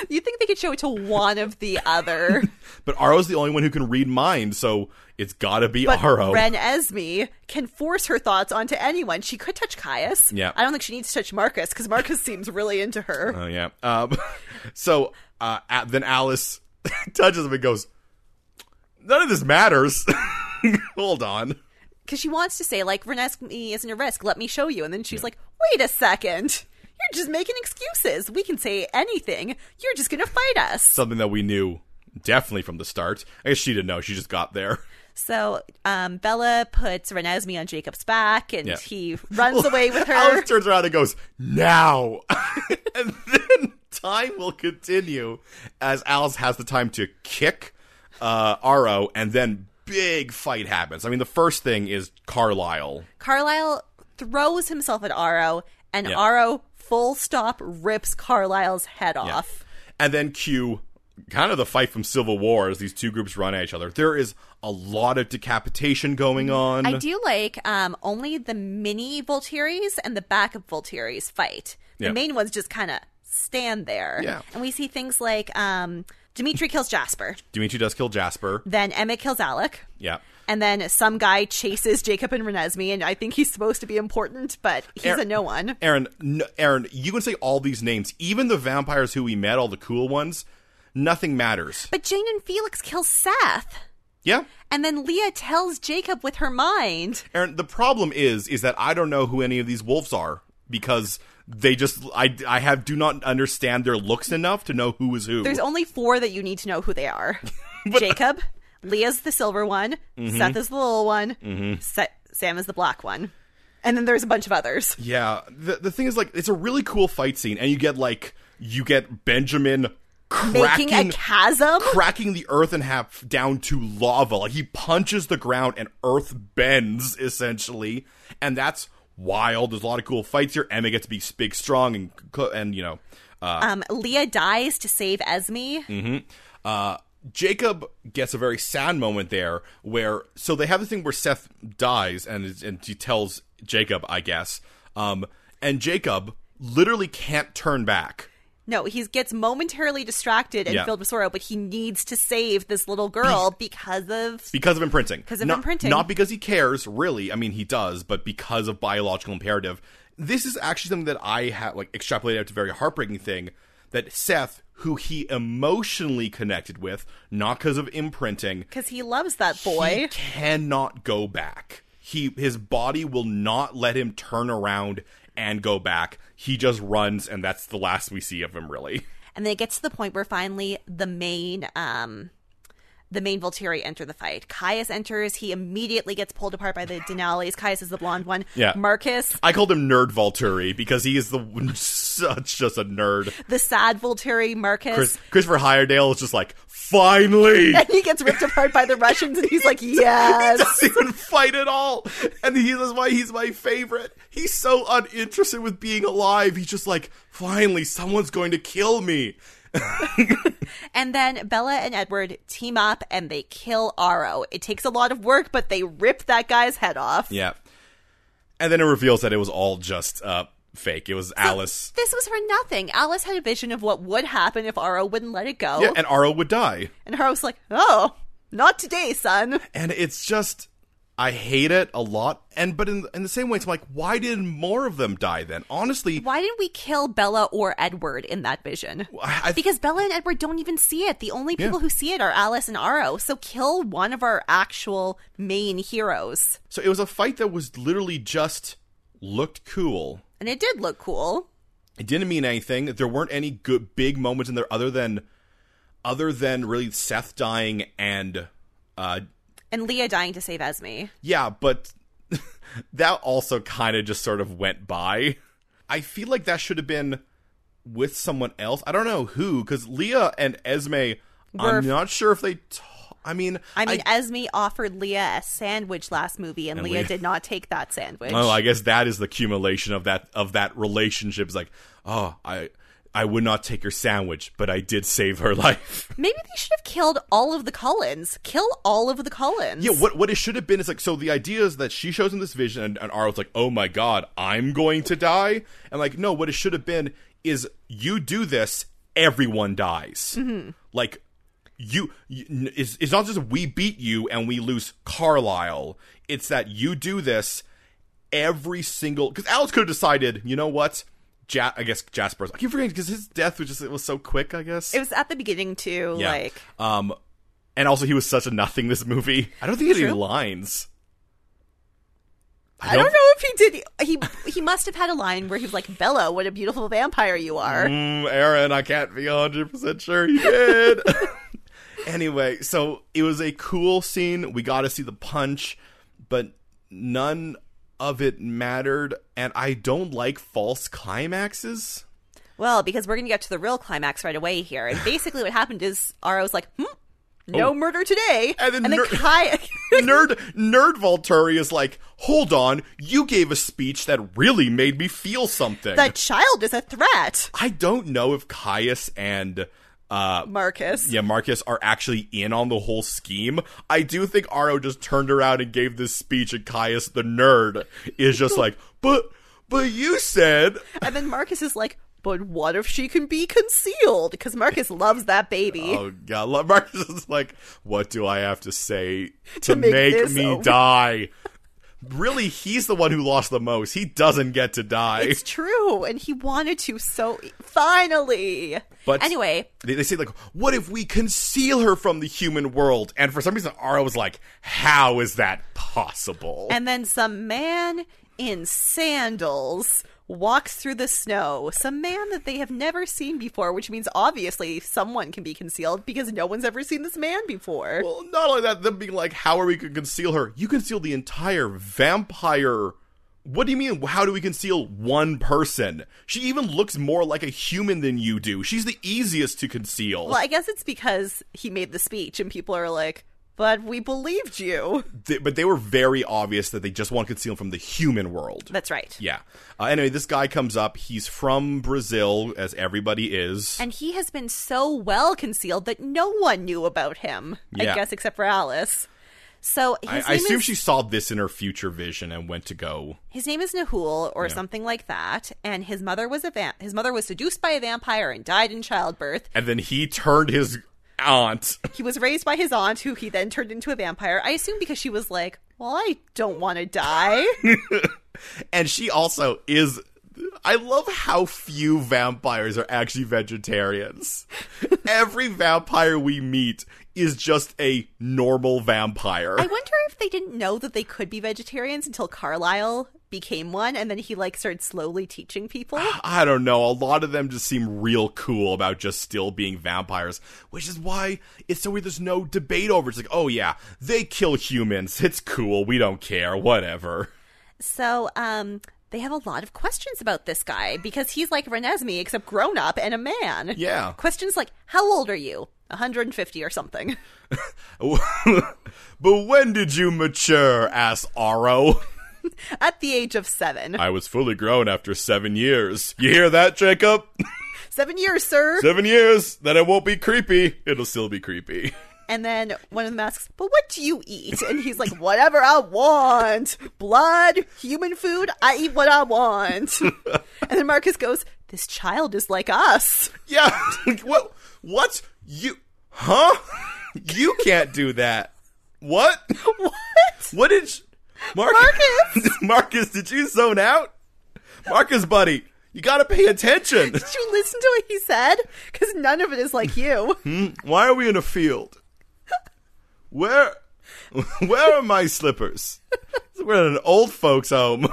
[SPEAKER 2] You think they could show it to one of the other?
[SPEAKER 1] But Aro's the only one who can read minds, so it's gotta be
[SPEAKER 2] But
[SPEAKER 1] Aro.
[SPEAKER 2] Ren Esme can force her thoughts onto anyone. She could touch Caius.
[SPEAKER 1] Yeah.
[SPEAKER 2] I don't think she needs to touch Marcus because Marcus seems really into her.
[SPEAKER 1] Oh yeah. Um, so uh, a- then Alice touches him and goes, "None of this matters." Hold on.
[SPEAKER 2] Because she wants to say, like, Ren Esme isn't a risk. Let me show you. And then she's like, wait a second. You're just making excuses. We can say anything. You're just going to fight us.
[SPEAKER 1] Something that we knew definitely from the start. I guess she didn't know. She just got there.
[SPEAKER 2] So um, Bella puts Ren Esme on Jacob's back and
[SPEAKER 1] Yeah.
[SPEAKER 2] he runs away with her.
[SPEAKER 1] Alice turns around and goes, "Now," and then time will continue as Alice has the time to kick uh, Aro, and then big fight happens. I mean, the first thing is Carlisle.
[SPEAKER 2] Carlisle throws himself at Aro, and
[SPEAKER 1] Yeah.
[SPEAKER 2] Aro full stop rips Carlisle's head
[SPEAKER 1] Yeah.
[SPEAKER 2] off.
[SPEAKER 1] And then Q, kind of the fight from Civil War as these two groups run at each other. There is a lot of decapitation going on.
[SPEAKER 2] I do like um, only the mini Volturi's and the back of Volturi's fight. The
[SPEAKER 1] Yeah.
[SPEAKER 2] main ones just kind of stand there.
[SPEAKER 1] Yeah.
[SPEAKER 2] And we see things like um, Dimitri kills Jasper,
[SPEAKER 1] Dimitri does kill Jasper.
[SPEAKER 2] then Emmett kills Alec,
[SPEAKER 1] Yeah.
[SPEAKER 2] and then some guy chases Jacob and Renesmee, and I think he's supposed to be important, but he's
[SPEAKER 1] Er-
[SPEAKER 2] a no one.
[SPEAKER 1] Aaron, n- Aaron, you can say all these names, even the vampires who we met, all the cool ones. Nothing matters.
[SPEAKER 2] But Jane and Felix kill Seth,
[SPEAKER 1] Yeah.
[SPEAKER 2] and then Leah tells Jacob with her mind.
[SPEAKER 1] Aaron, the problem is, is that I don't know who any of these wolves are because they just, I, I have, do not understand their looks enough to know who is who.
[SPEAKER 2] There's only four that you need to know who they are. Jacob, Leah's the silver one,
[SPEAKER 1] Mm-hmm.
[SPEAKER 2] Seth is the little one, Sa- Sam is the black one. And then there's a bunch of others.
[SPEAKER 1] Yeah, the the thing is like it's a really cool fight scene, and you get like you get Benjamin cracking
[SPEAKER 2] Making a chasm?
[SPEAKER 1] cracking the earth in half down to lava. Like he punches the ground and earth bends essentially, and that's wild. There's a lot of cool fights here. Emma gets to be big, strong, and cl- and you know, uh,
[SPEAKER 2] Um, Leah dies to save Esme.
[SPEAKER 1] Mm. uh, Jacob gets a very sad moment there where so they have the thing where Seth dies and and he tells Jacob, I guess, um, and Jacob literally can't turn back.
[SPEAKER 2] No, he gets momentarily distracted and
[SPEAKER 1] Yeah.
[SPEAKER 2] filled with sorrow, but he needs to save this little girl because of.
[SPEAKER 1] because of imprinting. Because
[SPEAKER 2] of
[SPEAKER 1] not,
[SPEAKER 2] imprinting.
[SPEAKER 1] not because he cares, really. I mean, he does, but because of biological imperative. This is actually something that I have like extrapolated out to a very heartbreaking thing that Seth, who he emotionally connected with, not because of imprinting,
[SPEAKER 2] Because he loves that
[SPEAKER 1] he
[SPEAKER 2] boy.
[SPEAKER 1] cannot go back. He his body will not let him turn around and go back. He just runs, and that's the last we see of him. Really,
[SPEAKER 2] And then it gets to the point where finally the main um the main Volturi enter the fight. Caius enters, he immediately gets pulled apart by the Denali's. Caius is the blonde one.
[SPEAKER 1] Yeah.
[SPEAKER 2] Marcus,
[SPEAKER 1] I called him Nerd Volturi because he is the such just a nerd.
[SPEAKER 2] the sad Volturi Marcus.
[SPEAKER 1] Chris, Christopher Heyerdahl is just like, finally,
[SPEAKER 2] and he gets ripped apart by the Russians and he's like, Yes.
[SPEAKER 1] doesn't even fight at all, and he that's why he's my favorite. He's so uninterested with being alive. He's just like, finally, someone's going to kill me.
[SPEAKER 2] And then Bella and Edward team up and they kill Aro. It takes a lot of work, but they rip that guy's head off.
[SPEAKER 1] Yeah, and then it reveals that it was all just uh, fake. It was Alice.
[SPEAKER 2] This was for nothing. Alice had a vision of what would happen if Aro wouldn't let it go.
[SPEAKER 1] Yeah, and Aro would die,
[SPEAKER 2] and Aro's like, Oh, not today, son.
[SPEAKER 1] and it's just. I hate it a lot, and but in in the same way, it's like, why did more of them die then? Honestly,
[SPEAKER 2] Why didn't we kill Bella or Edward in that vision?
[SPEAKER 1] I, I
[SPEAKER 2] Because Bella and Edward don't even see it. The only people who see it are Alice and Aro. So kill one of our actual main heroes.
[SPEAKER 1] So it was a fight that was literally just looked cool.
[SPEAKER 2] And it did look cool.
[SPEAKER 1] It didn't mean anything. There weren't any good big moments in there other than other than really Seth dying and uh
[SPEAKER 2] And Leah dying to save Esme.
[SPEAKER 1] yeah, but that also kind of just sort of went by. I feel like that should have been with someone else. I don't know who cuz Leah and Esme
[SPEAKER 2] Were-
[SPEAKER 1] I'm not sure if they t- I mean
[SPEAKER 2] I mean, Esme offered Leah a sandwich last movie, and, Leah
[SPEAKER 1] Leah-
[SPEAKER 2] did not take that sandwich.
[SPEAKER 1] Oh, I guess that is the accumulation of that of that relationship. Is like, oh, I I would not take her sandwich, but I did save her life.
[SPEAKER 2] Maybe they should have killed all of the Collins. Kill all of the Collins.
[SPEAKER 1] yeah, what what it should have been is like. So the idea is that she shows him this vision, and, and Aro's like, oh my god, I'm going to die, and like, no, what it should have been is you do this. everyone dies. Like you, you n- it's, it's not just we beat you and we lose Carlisle. It's that you do this every single because Alex could have decided. You know what? Ja- I guess Jasper's. I keep forgetting because his death was just it was so quick. I guess
[SPEAKER 2] It was at the beginning too. Like
[SPEAKER 1] um, and also he was such a nothing. This movie. I don't think he had any
[SPEAKER 2] True.
[SPEAKER 1] lines.
[SPEAKER 2] I don't know if he did. He he must have had a line where he was like, "Bella, what a beautiful vampire you are."
[SPEAKER 1] Mm, Aaron, I can't be 100% sure he did. anyway, so it was a cool scene. We got to see the punch, but none of it mattered. And I don't like false climaxes.
[SPEAKER 2] Well, because we're gonna get to the real climax right away here, and basically what happened is Ara was like, "Hmm, no
[SPEAKER 1] Oh.
[SPEAKER 2] murder today,"
[SPEAKER 1] And then ner-
[SPEAKER 2] Kai.
[SPEAKER 1] Nerd Nerd Volturi is like, hold on, you gave a speech that really made me feel something.
[SPEAKER 2] the child is a threat,
[SPEAKER 1] I don't know if Caius and uh,
[SPEAKER 2] Marcus.
[SPEAKER 1] yeah, Marcus are actually in on the whole scheme. I do think Aro just turned around and gave this speech, and Caius the nerd is just like, but, but you said,
[SPEAKER 2] And then Marcus is like, "But what if she can be concealed?" Because Marcus loves that baby.
[SPEAKER 1] oh god, Lo- Marcus is like, what do I have to say to,
[SPEAKER 2] make
[SPEAKER 1] make,
[SPEAKER 2] this
[SPEAKER 1] me
[SPEAKER 2] over."
[SPEAKER 1] die? Really, he's the one who lost the most. He doesn't get to die.
[SPEAKER 2] It's true, and he wanted to so finally.
[SPEAKER 1] But-
[SPEAKER 2] anyway,
[SPEAKER 1] They, they say like, "What if we conceal her from the human world?" And for some reason, Aro was like, "How is that possible?"
[SPEAKER 2] and then some man in sandals walks through the snow. Some man that they have never seen before, which means obviously someone can be concealed because no one's ever seen this man before.
[SPEAKER 1] Well, not only that, them being like, how are we going to conceal her? You conceal the entire vampire. What do you mean, how do we conceal one person? She even looks more like a human than you do. She's the easiest to conceal.
[SPEAKER 2] Well, I guess it's because he made the speech and people are like, but we believed you.
[SPEAKER 1] They- but they were very obvious that they just want to conceal from the human world.
[SPEAKER 2] That's right.
[SPEAKER 1] yeah. Uh, anyway, this guy comes up. He's from Brazil, as everybody is.
[SPEAKER 2] And he has been so well concealed that no one knew about him, I
[SPEAKER 1] Yeah.
[SPEAKER 2] guess, except for Alice. So his
[SPEAKER 1] I,
[SPEAKER 2] name
[SPEAKER 1] I assume
[SPEAKER 2] is,
[SPEAKER 1] she saw this in her future vision and went to go.
[SPEAKER 2] his name is Nahul or something like that, and his mother was a va- his mother was seduced by a vampire and died in childbirth.
[SPEAKER 1] And then he turned his aunt.
[SPEAKER 2] He was raised by his aunt, who he then turned into a vampire. I assume because she was like, "Well, I don't want to die."
[SPEAKER 1] and she also is I love how few vampires are actually vegetarians. Every vampire we meet is just a normal vampire.
[SPEAKER 2] I wonder if they didn't know that they could be vegetarians until Carlisle became one, and then he like started slowly teaching people.
[SPEAKER 1] I don't know. A lot of them just seem real cool about just still being vampires, which is why it's so weird. There's no debate over. it. It's like, oh yeah, they kill humans. It's cool. We don't care. Whatever.
[SPEAKER 2] So, um, they have a lot of questions about this guy because he's like Renesmee, except grown up and a man.
[SPEAKER 1] Yeah.
[SPEAKER 2] Questions like, "How old are you?" 150 or something.
[SPEAKER 1] but when did you mature? Asked Aro.
[SPEAKER 2] At the age of seven.
[SPEAKER 1] I was fully grown after seven years. You hear that, Jacob?
[SPEAKER 2] Seven years, sir.
[SPEAKER 1] seven years. Then it won't be creepy. It'll still be creepy.
[SPEAKER 2] And then one of them asks, But what do you eat? And he's like, Whatever I want. Blood, human food, I eat what I want. and then Marcus goes, This child is like us.
[SPEAKER 1] Yeah. Like, what? What? You? Huh? You can't do that. What?
[SPEAKER 2] what?
[SPEAKER 1] What did? You,
[SPEAKER 2] Marcus!
[SPEAKER 1] Marcus, did you zone out? Marcus, buddy, you gotta pay attention.
[SPEAKER 2] Did you listen to what he said? Because none of it is like you.
[SPEAKER 1] Hmm? Why are we in a field? Where? Where are my slippers? We're in an old folks' home.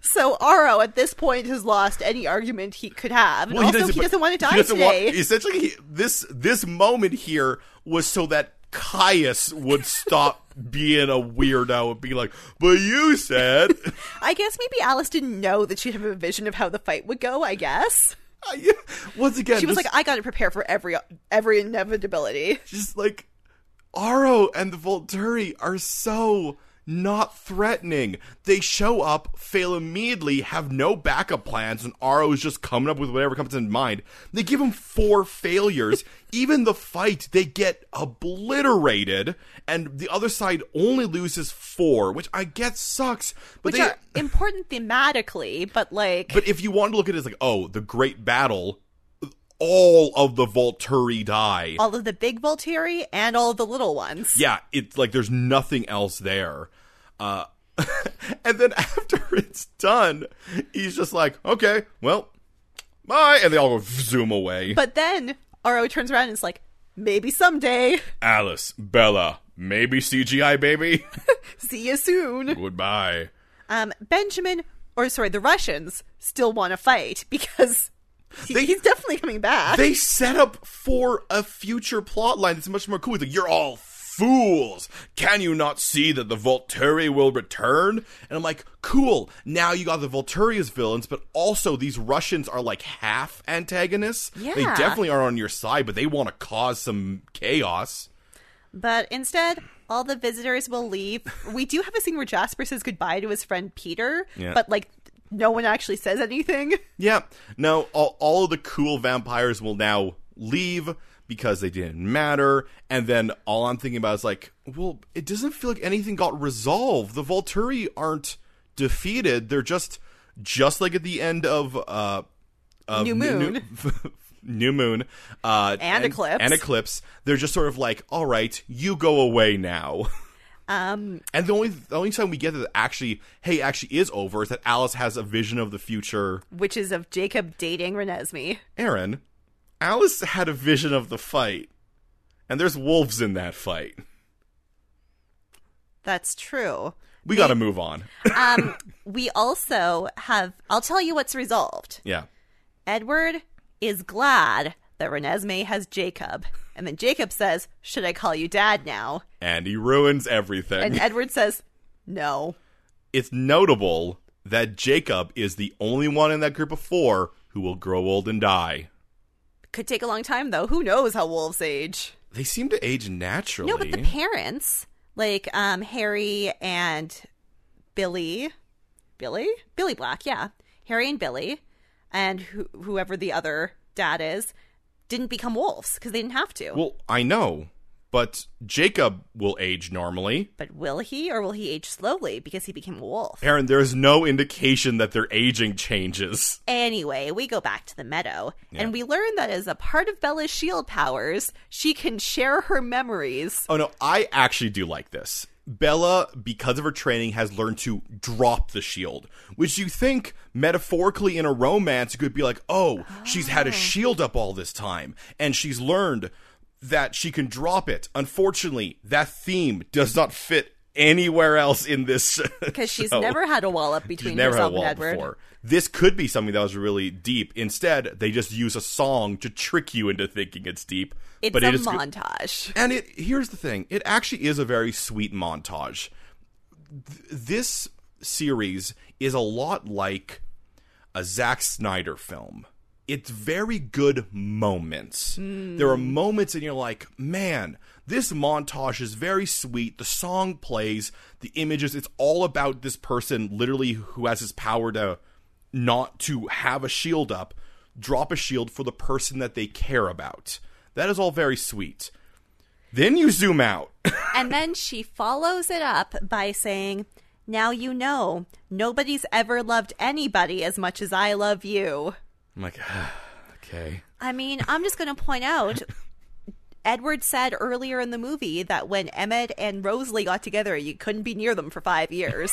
[SPEAKER 2] so Aro at this point has lost any argument he could have. And
[SPEAKER 1] Well,
[SPEAKER 2] also, he doesn't,
[SPEAKER 1] but
[SPEAKER 2] want to die
[SPEAKER 1] he doesn't want-
[SPEAKER 2] today.
[SPEAKER 1] essentially, he- this this moment here was so that Caius would stop being a weirdo and be like, "But you said."
[SPEAKER 2] I guess maybe Alice didn't know that she'd have a vision of how the fight would go, I guess.
[SPEAKER 1] I- Once again,
[SPEAKER 2] She was
[SPEAKER 1] this-
[SPEAKER 2] like, I got to prepare for every every inevitability.
[SPEAKER 1] just like Aro and the Volturi are so not threatening. They show up, fail immediately, have no backup plans, and Aro is just coming up with whatever comes in mind. They give him four failures. Even the fight, they get obliterated, and the other side only loses four, which I get sucks. But they,
[SPEAKER 2] which are important thematically, but like
[SPEAKER 1] but if you want to look at it as like, oh, the great battle, all of the Volturi die.
[SPEAKER 2] all of the big Volturi and all of the little ones.
[SPEAKER 1] yeah, it's like there's nothing else there. Uh, and then after it's done, he's just like, okay, well, bye. And they all go zoom away.
[SPEAKER 2] But then Aro turns around and is like, maybe someday.
[SPEAKER 1] Alice, Bella, maybe CGI, baby.
[SPEAKER 2] See you soon.
[SPEAKER 1] Goodbye.
[SPEAKER 2] Um, Benjamin, or sorry, the Russians still want to fight because he-
[SPEAKER 1] They-
[SPEAKER 2] he's definitely coming back.
[SPEAKER 1] They set up for a future plot line that's much more cool. It's like, you're all fools. Can you not see that the Volturi will return? And I'm like, cool. Now you got the Volturi as villains, but also these Russians are like half antagonists. They
[SPEAKER 2] Yeah.
[SPEAKER 1] definitely are on your side, but they want to cause some chaos.
[SPEAKER 2] but instead, all the visitors will leave. We do have a scene where Jasper says goodbye to his friend Peter,
[SPEAKER 1] Yeah.
[SPEAKER 2] but like no one actually says anything.
[SPEAKER 1] Yeah. No, all, all of the cool vampires will now leave because they didn't matter. And then all I'm thinking about is like, well, it doesn't feel like anything got resolved. The Volturi aren't defeated. They're just, just like at the end of, uh, of
[SPEAKER 2] New
[SPEAKER 1] N- New Moon, uh,
[SPEAKER 2] And Eclipse.
[SPEAKER 1] and Eclipse. They're just sort of like, all right, you go away now.
[SPEAKER 2] Um,
[SPEAKER 1] And the only the only time we get that actually, hey, actually is over is that Alice has a vision of the future
[SPEAKER 2] which is of Jacob dating Renesmee.
[SPEAKER 1] Aaron, Alice had a vision of the fight, and there's wolves in that fight.
[SPEAKER 2] That's true.
[SPEAKER 1] We got to move on.
[SPEAKER 2] Um, we also have. I'll tell you what's resolved.
[SPEAKER 1] yeah.
[SPEAKER 2] Edward is glad that Renesmee has Jacob. And then Jacob says, Should I call you dad now?
[SPEAKER 1] And he ruins everything.
[SPEAKER 2] And Edward says, No.
[SPEAKER 1] it's notable that Jacob is the only one in that group of four who will grow old and die.
[SPEAKER 2] Could take a long time, though. Who knows how wolves age?
[SPEAKER 1] They seem to age naturally.
[SPEAKER 2] No, but the parents, like um, Harry and Billy, Billy? Billy Black, yeah. Harry and Billy, and who whoever the other dad is, didn't become wolves because they didn't have to.
[SPEAKER 1] well, I know, but Jacob will age normally.
[SPEAKER 2] but will he or will he age slowly because he became a wolf?
[SPEAKER 1] Aaron, there is no indication that their aging changes.
[SPEAKER 2] Anyway, we go back to the meadow and we learn that as a part of Bella's shield powers, she can share her memories.
[SPEAKER 1] Oh no, I actually do like this. Bella, because of her training, has learned to drop the shield, which you think metaphorically in a romance it could be like, oh, she's had a shield up all this time, and she's learned that she can drop it. Unfortunately, that theme does not fit anywhere else in this
[SPEAKER 2] Because she's
[SPEAKER 1] show.
[SPEAKER 2] never had a wall up
[SPEAKER 1] She's
[SPEAKER 2] between
[SPEAKER 1] never had a
[SPEAKER 2] herself
[SPEAKER 1] wall
[SPEAKER 2] and Edward.
[SPEAKER 1] before. This could be something that was really deep. Instead, they just use a song to trick you into thinking it's deep.
[SPEAKER 2] It's
[SPEAKER 1] but
[SPEAKER 2] a
[SPEAKER 1] it is go-
[SPEAKER 2] montage.
[SPEAKER 1] and it here's the thing: it actually is a very sweet montage. Th- this series is a lot like a Zack Snyder film. It's very good moments. There are moments, and you're like, man, this montage is very sweet. The song plays, the images. It's all about this person, literally, who has his power to not to have a shield up, drop a shield for the person that they care about. That is all very sweet. Then you zoom out.
[SPEAKER 2] and then she follows it up by saying, Now you know, nobody's ever loved anybody as much as I love you.
[SPEAKER 1] I'm like, okay.
[SPEAKER 2] I mean, I'm just going to point out. Edward said earlier in the movie that when Emmett and Rosalie got together, you couldn't be near them for five years.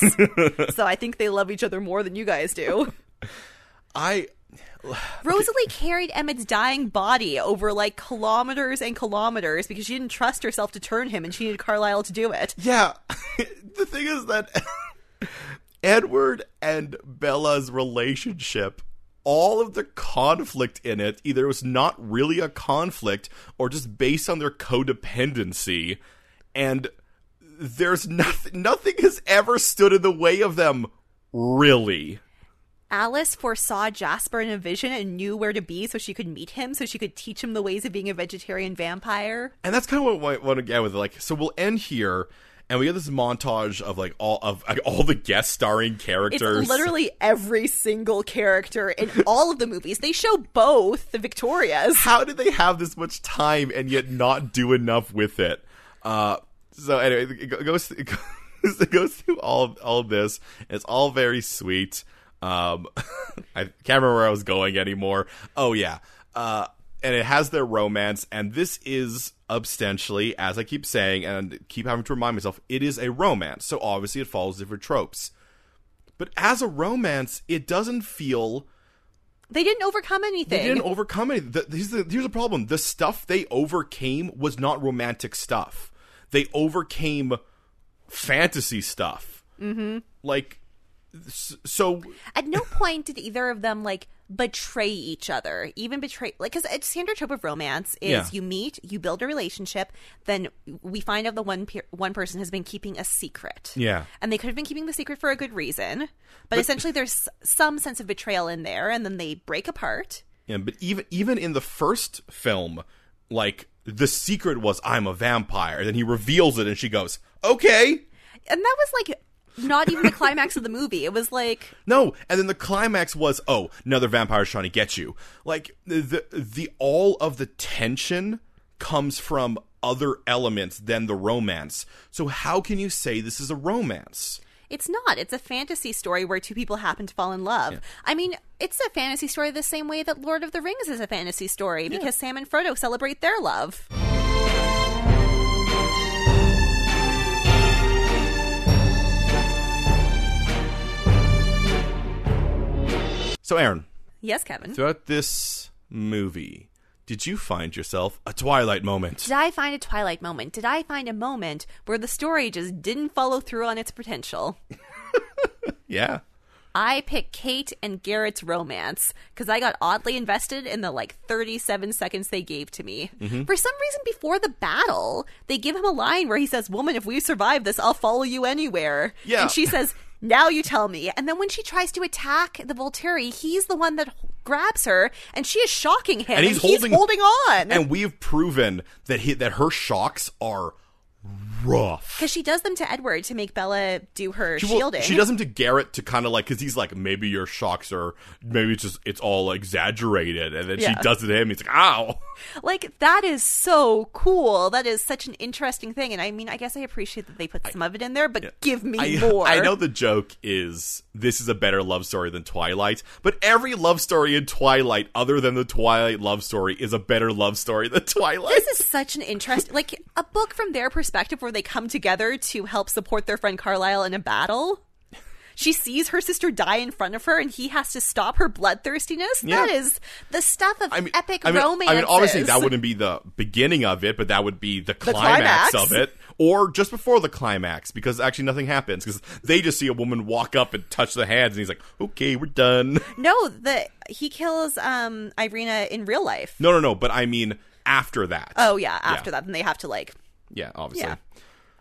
[SPEAKER 2] so I think they love each other more than you guys do.
[SPEAKER 1] I
[SPEAKER 2] Rosalie carried Emmett's dying body over like kilometers and kilometers because she didn't trust herself to turn him and she needed Carlisle to do it.
[SPEAKER 1] yeah. the thing is that Edward and Bella's relationship, all of the conflict in it, either was not really a conflict or just based on their codependency, and there's nothing. Nothing has ever stood in the way of them, really.
[SPEAKER 2] Alice foresaw Jasper in a vision and knew where to be so she could meet him, so she could teach him the ways of being a vegetarian vampire.
[SPEAKER 1] And that's kind of what I want to get with. Like, so we'll end here, and we get this montage of like all of like, all the guest starring
[SPEAKER 2] It's
[SPEAKER 1] characters.
[SPEAKER 2] literally every single character in all of the movies. They show both the Victorias.
[SPEAKER 1] how did they have this much time and yet not do enough with it? Uh, so anyway, it go- it goes it goes, it goes through all of, all of this. It's all very sweet. Um, I can't remember where I was going anymore. Oh yeah, uh, and it has their romance, and this is substantially, as I keep saying, and keep having to remind myself, it is a romance. So obviously, it follows different tropes. But as a romance, it doesn't feel
[SPEAKER 2] They didn't overcome anything.
[SPEAKER 1] they didn't overcome anything. The, here's, the, here's the problem: the stuff they overcame was not romantic stuff. They overcame fantasy stuff. Mm-hmm. Like, s- so
[SPEAKER 2] At no point did either of them like betray each other, even betray like because a standard trope of romance is
[SPEAKER 1] Yeah.
[SPEAKER 2] you meet, you build a relationship, then we find out the one pe- one person has been keeping a secret.
[SPEAKER 1] Yeah.
[SPEAKER 2] and they could have been keeping the secret for a good reason, but, essentially there's some sense of betrayal in there, and then they break apart.
[SPEAKER 1] yeah, but even even in the first film, like the secret was I'm a vampire. Then he reveals it, and she goes, "Okay."
[SPEAKER 2] And that was like not even the climax of the movie. It was like
[SPEAKER 1] No, and then the climax was, oh, another vampire's trying to get you. Like the the all of the tension comes from other elements than the romance. So how can you say this is a romance?
[SPEAKER 2] It's not. It's a fantasy story where two people happen to fall in love. I mean, it's a fantasy story the same way that Lord of the Rings is a fantasy story because Sam and Frodo celebrate their love.
[SPEAKER 1] So Aaron,
[SPEAKER 2] Yes, Kevin.
[SPEAKER 1] throughout this movie, did you find yourself a twilight moment?
[SPEAKER 2] Did I find a Twilight moment? Did I find a moment where the story just didn't follow through on its potential?
[SPEAKER 1] Yeah.
[SPEAKER 2] I picked Kate and Garrett's romance because I got oddly invested in the like 37 seconds they gave to me.
[SPEAKER 1] Mm-hmm.
[SPEAKER 2] For some reason, before the battle, they give him a line where he says, Woman, if we survive this, I'll follow you anywhere.
[SPEAKER 1] Yeah.
[SPEAKER 2] And she says, Now you tell me. And then when she tries to attack the Volturi, he's the one that grabs her and she is shocking him.
[SPEAKER 1] And he's holding-
[SPEAKER 2] holding on.
[SPEAKER 1] And we've proven that he, that her shocks are rough.
[SPEAKER 2] because she does them to Edward to make Bella do her
[SPEAKER 1] She will-
[SPEAKER 2] shielding.
[SPEAKER 1] she does him to Garrett to kind of like because he's like maybe your shocks are maybe it's just it's all exaggerated, and then she
[SPEAKER 2] Yeah.
[SPEAKER 1] does it to him. He's like, ow.
[SPEAKER 2] Like that is so cool. That is such an interesting thing, and I mean, I guess I appreciate that they put some of it in there, but give me
[SPEAKER 1] I,
[SPEAKER 2] more.
[SPEAKER 1] I know the joke is this is a better love story than Twilight, but every love story in Twilight, other than the Twilight love story, is a better love story than Twilight.
[SPEAKER 2] this is such an interest, like a book from their perspective, where they come together to help support their friend Carlisle in a battle. She sees her sister die in front of her, and he has to stop her bloodthirstiness.
[SPEAKER 1] Yeah.
[SPEAKER 2] That is the stuff of epic
[SPEAKER 1] I mean,
[SPEAKER 2] romance.
[SPEAKER 1] I mean, obviously that wouldn't be the beginning of it, but that would be the climax,
[SPEAKER 2] climax.
[SPEAKER 1] of it, or just before the climax, because actually nothing happens because they just see a woman walk up and touch the hands, and he's like, "Okay, we're done."
[SPEAKER 2] no. The he kills um Irina in real life.
[SPEAKER 1] No, no, no. But I mean after that.
[SPEAKER 2] Oh yeah, after
[SPEAKER 1] Yeah.
[SPEAKER 2] that, then they have to like
[SPEAKER 1] Yeah, obviously.
[SPEAKER 2] yeah.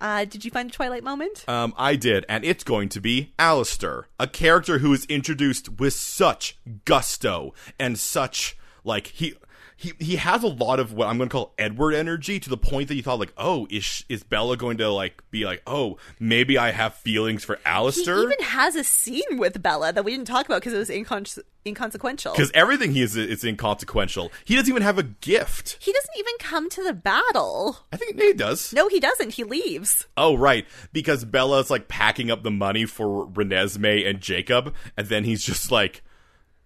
[SPEAKER 2] Uh, did you find a Twilight moment?
[SPEAKER 1] Um, I did, and it's going to be Alistair, a character who is introduced with such gusto and such like he. He, he has a lot of what I'm going to call Edward energy to the point that you thought like oh is sh- is Bella going to like be like oh maybe I have feelings for
[SPEAKER 2] He
[SPEAKER 1] Alistair
[SPEAKER 2] even has a scene with Bella that we didn't talk about because it was inconse- inconsequential.
[SPEAKER 1] because everything he is is inconsequential he doesn't even have a gift
[SPEAKER 2] He doesn't even come to the battle.
[SPEAKER 1] I think Nate does
[SPEAKER 2] No, he doesn't. He leaves.
[SPEAKER 1] Oh, right. Because Bella's like packing up the money for Renesmee and Jacob, and then he's just like,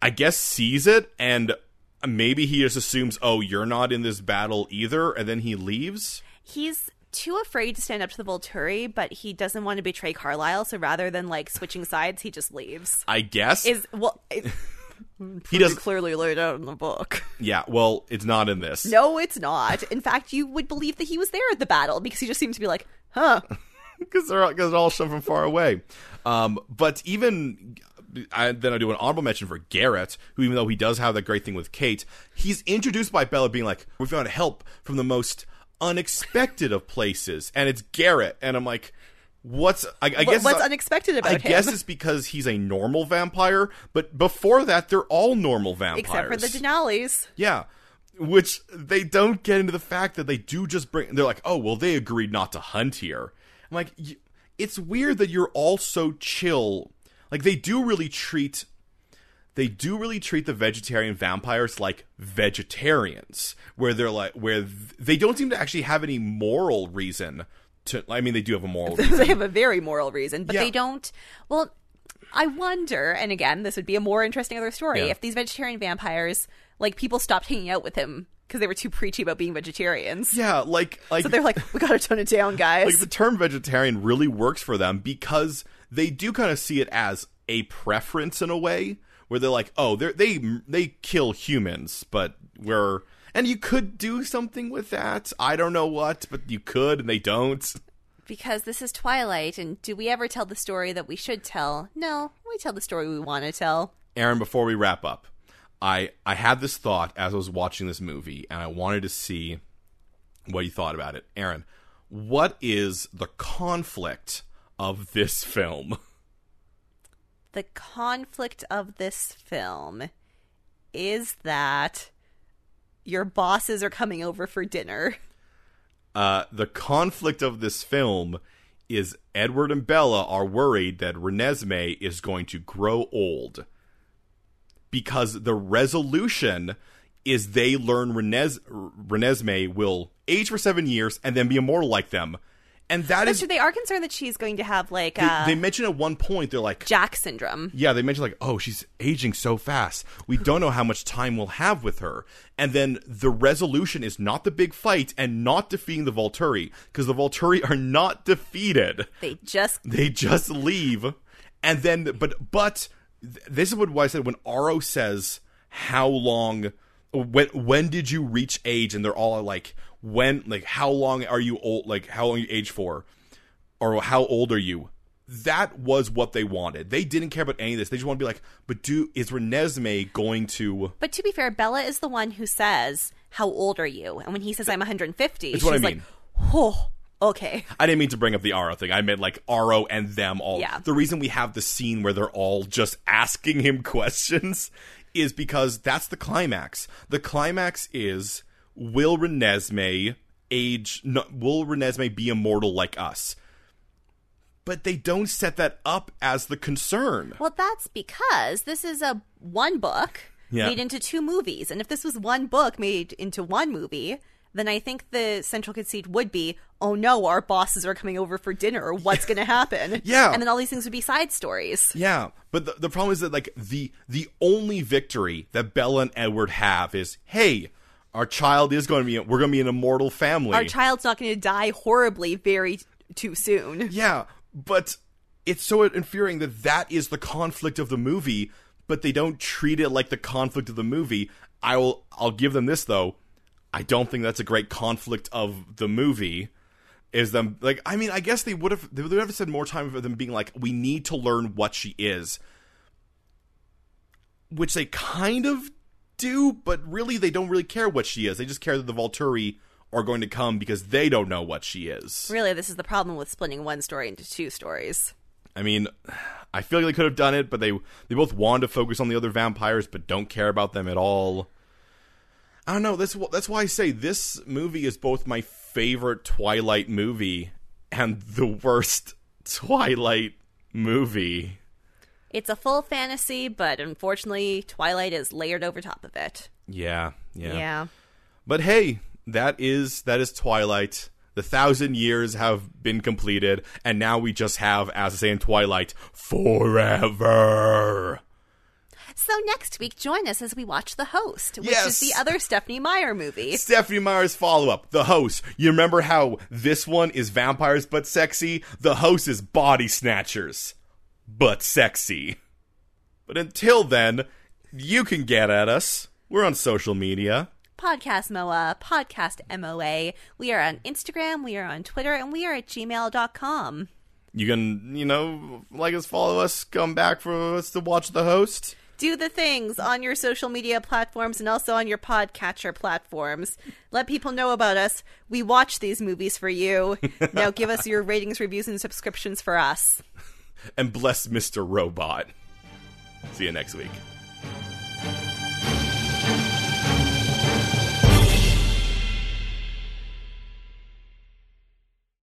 [SPEAKER 1] I guess sees it, and maybe he just assumes, oh, you're not in this battle either, and then he leaves.
[SPEAKER 2] He's too afraid to stand up to the Volturi, but he doesn't want to betray Carlisle. So rather than like switching sides, he just leaves.
[SPEAKER 1] I guess.
[SPEAKER 2] Is well, it,
[SPEAKER 1] he doesn't.
[SPEAKER 2] clearly laid out in the book.
[SPEAKER 1] yeah, well, it's not in this.
[SPEAKER 2] No, it's not. In fact, you would believe that he was there at the battle because he just seemed to be like, huh.
[SPEAKER 1] because they're, all- 'cause they're all shoved from far away. Um, but even I, then, I do an honorable mention for Garrett, who, even though he does have that great thing with Kate, he's introduced by Bella being like, "We found help from the most unexpected of places," and it's Garrett, and I'm like, "What's?" I, I guess
[SPEAKER 2] what's
[SPEAKER 1] it's-
[SPEAKER 2] unexpected about
[SPEAKER 1] I
[SPEAKER 2] him?
[SPEAKER 1] guess it's because he's a normal vampire, but before that, they're all normal vampires,
[SPEAKER 2] Except for the Denali's.
[SPEAKER 1] yeah. Which they don't get into the fact that they do just bring. They're like, oh, well, they agreed not to hunt here. I'm like, y- it's weird that you're all so chill. Like they do really treat they do really treat the vegetarian vampires like vegetarians where they're like where th- they don't seem to actually have any moral reason to I mean they do have a moral reason.
[SPEAKER 2] they have a very moral reason, but
[SPEAKER 1] Yeah.
[SPEAKER 2] they don't. Well, I wonder, and again, this would be a more interesting other story
[SPEAKER 1] Yeah.
[SPEAKER 2] if these vegetarian vampires, like, people stopped hanging out with him because they were too preachy about being vegetarians.
[SPEAKER 1] Yeah, like like
[SPEAKER 2] So they're like, we gotta tone it down,
[SPEAKER 1] like
[SPEAKER 2] guys.
[SPEAKER 1] the term vegetarian really works for them because they do kind of see it as a preference in a way where they're like oh they're, they they kill humans but we're and you could do something with that i don't know what but you could and they don't
[SPEAKER 2] because this is Twilight, and do we ever tell the story that we should tell? No, we tell the story we want to tell.
[SPEAKER 1] aaron before we wrap up i i had this thought as i was watching this movie and i wanted to see what you thought about it aaron what is the conflict of this film
[SPEAKER 2] The conflict of this film is that your bosses are coming over for dinner.
[SPEAKER 1] Uh, the conflict of this film is Edward and Bella are worried that Renesmee is going to grow old because the resolution is they learn Renes- Renesmee will age for seven years and then be immortal like them, and that
[SPEAKER 2] But
[SPEAKER 1] is
[SPEAKER 2] they are concerned that she's going to have like
[SPEAKER 1] they,
[SPEAKER 2] uh,
[SPEAKER 1] they mention at one point they're like
[SPEAKER 2] Jack syndrome.
[SPEAKER 1] yeah, they mentioned like, oh, she's aging so fast. We don't know how much time we'll have with her. And then the resolution is not the big fight and not defeating the Volturi because the Volturi are not defeated.
[SPEAKER 2] They just
[SPEAKER 1] They just leave. And then, but but th- this is what I said when Aro says, "How long? When when did you reach age?" And they're all like, "When? Like how long are you old? Like how long you age for?" or how old are you? That was what they wanted. They didn't care about any of this. They just want to be like, but do is Renesmee going to?
[SPEAKER 2] But to be fair, Bella is the one who says, "How old are you?" And when he says, "I'm 150,"
[SPEAKER 1] It's
[SPEAKER 2] she's
[SPEAKER 1] what I
[SPEAKER 2] like,
[SPEAKER 1] mean.
[SPEAKER 2] "Oh, okay."
[SPEAKER 1] I didn't mean to bring up the Aro thing. I meant like Aro and them all.
[SPEAKER 2] Yeah.
[SPEAKER 1] The reason we have the scene where they're all just asking him questions is because that's the climax. The climax is will Renesmee age? No, will Renesmee be immortal like us? But they don't set that up as the concern.
[SPEAKER 2] Well, that's because this is a one book
[SPEAKER 1] Yeah.
[SPEAKER 2] made into two movies, and if this was one book made into one movie. Then I think the central conceit would be, oh no, our bosses are coming over for dinner. What's going to happen?
[SPEAKER 1] Yeah.
[SPEAKER 2] and then all these things would be side stories.
[SPEAKER 1] Yeah, but the, the problem is that like the the only victory that Bella and Edward have is hey, our child is going to be we're going to be an immortal family.
[SPEAKER 2] Our child's not going to die horribly very too soon.
[SPEAKER 1] yeah, but it's so infuriating that that is the conflict of the movie, but they don't treat it like the conflict of the movie. I will I'll give them this though. I don't think that's a great conflict of the movie. Is them like I mean I guess they would have they would have said more time for them being like we need to learn what she is which they kind of do, but really they don't really care what she is. They just care that the Volturi are going to come because they don't know what she is.
[SPEAKER 2] Really, this is the problem with splitting one story into two stories.
[SPEAKER 1] I mean, I feel like they could have done it, but they they both wanted to focus on the other vampires, but don't care about them at all. I don't know. That's wh- that's why I say this movie is both my favorite Twilight movie and the worst Twilight movie.
[SPEAKER 2] It's a full fantasy, but unfortunately, Twilight is layered over top of it.
[SPEAKER 1] Yeah, yeah. But hey, that is that is Twilight. The thousand years have been completed, and now we just have, as I say in Twilight, forever.
[SPEAKER 2] So next week, join us as we watch The Host, which
[SPEAKER 1] Yes.
[SPEAKER 2] is the other Stephanie Meyer movie.
[SPEAKER 1] Stephanie Meyer's follow up, The Host. You remember how this one is vampires but sexy? The Host is body snatchers but sexy. But until then, you can get at us. We're on social media.
[SPEAKER 2] Podcast MOA, Podcast MOA. We are on Instagram, we are on Twitter, and we are at gmail.com.
[SPEAKER 1] You can, you know, like us, follow us, come back for us to watch The Host.
[SPEAKER 2] Do the things on your social media platforms and also on your podcatcher platforms. Let people know about us. We watch these movies for you. now give us your ratings, reviews, and subscriptions for us.
[SPEAKER 1] and bless Mr. Robot. See you next week.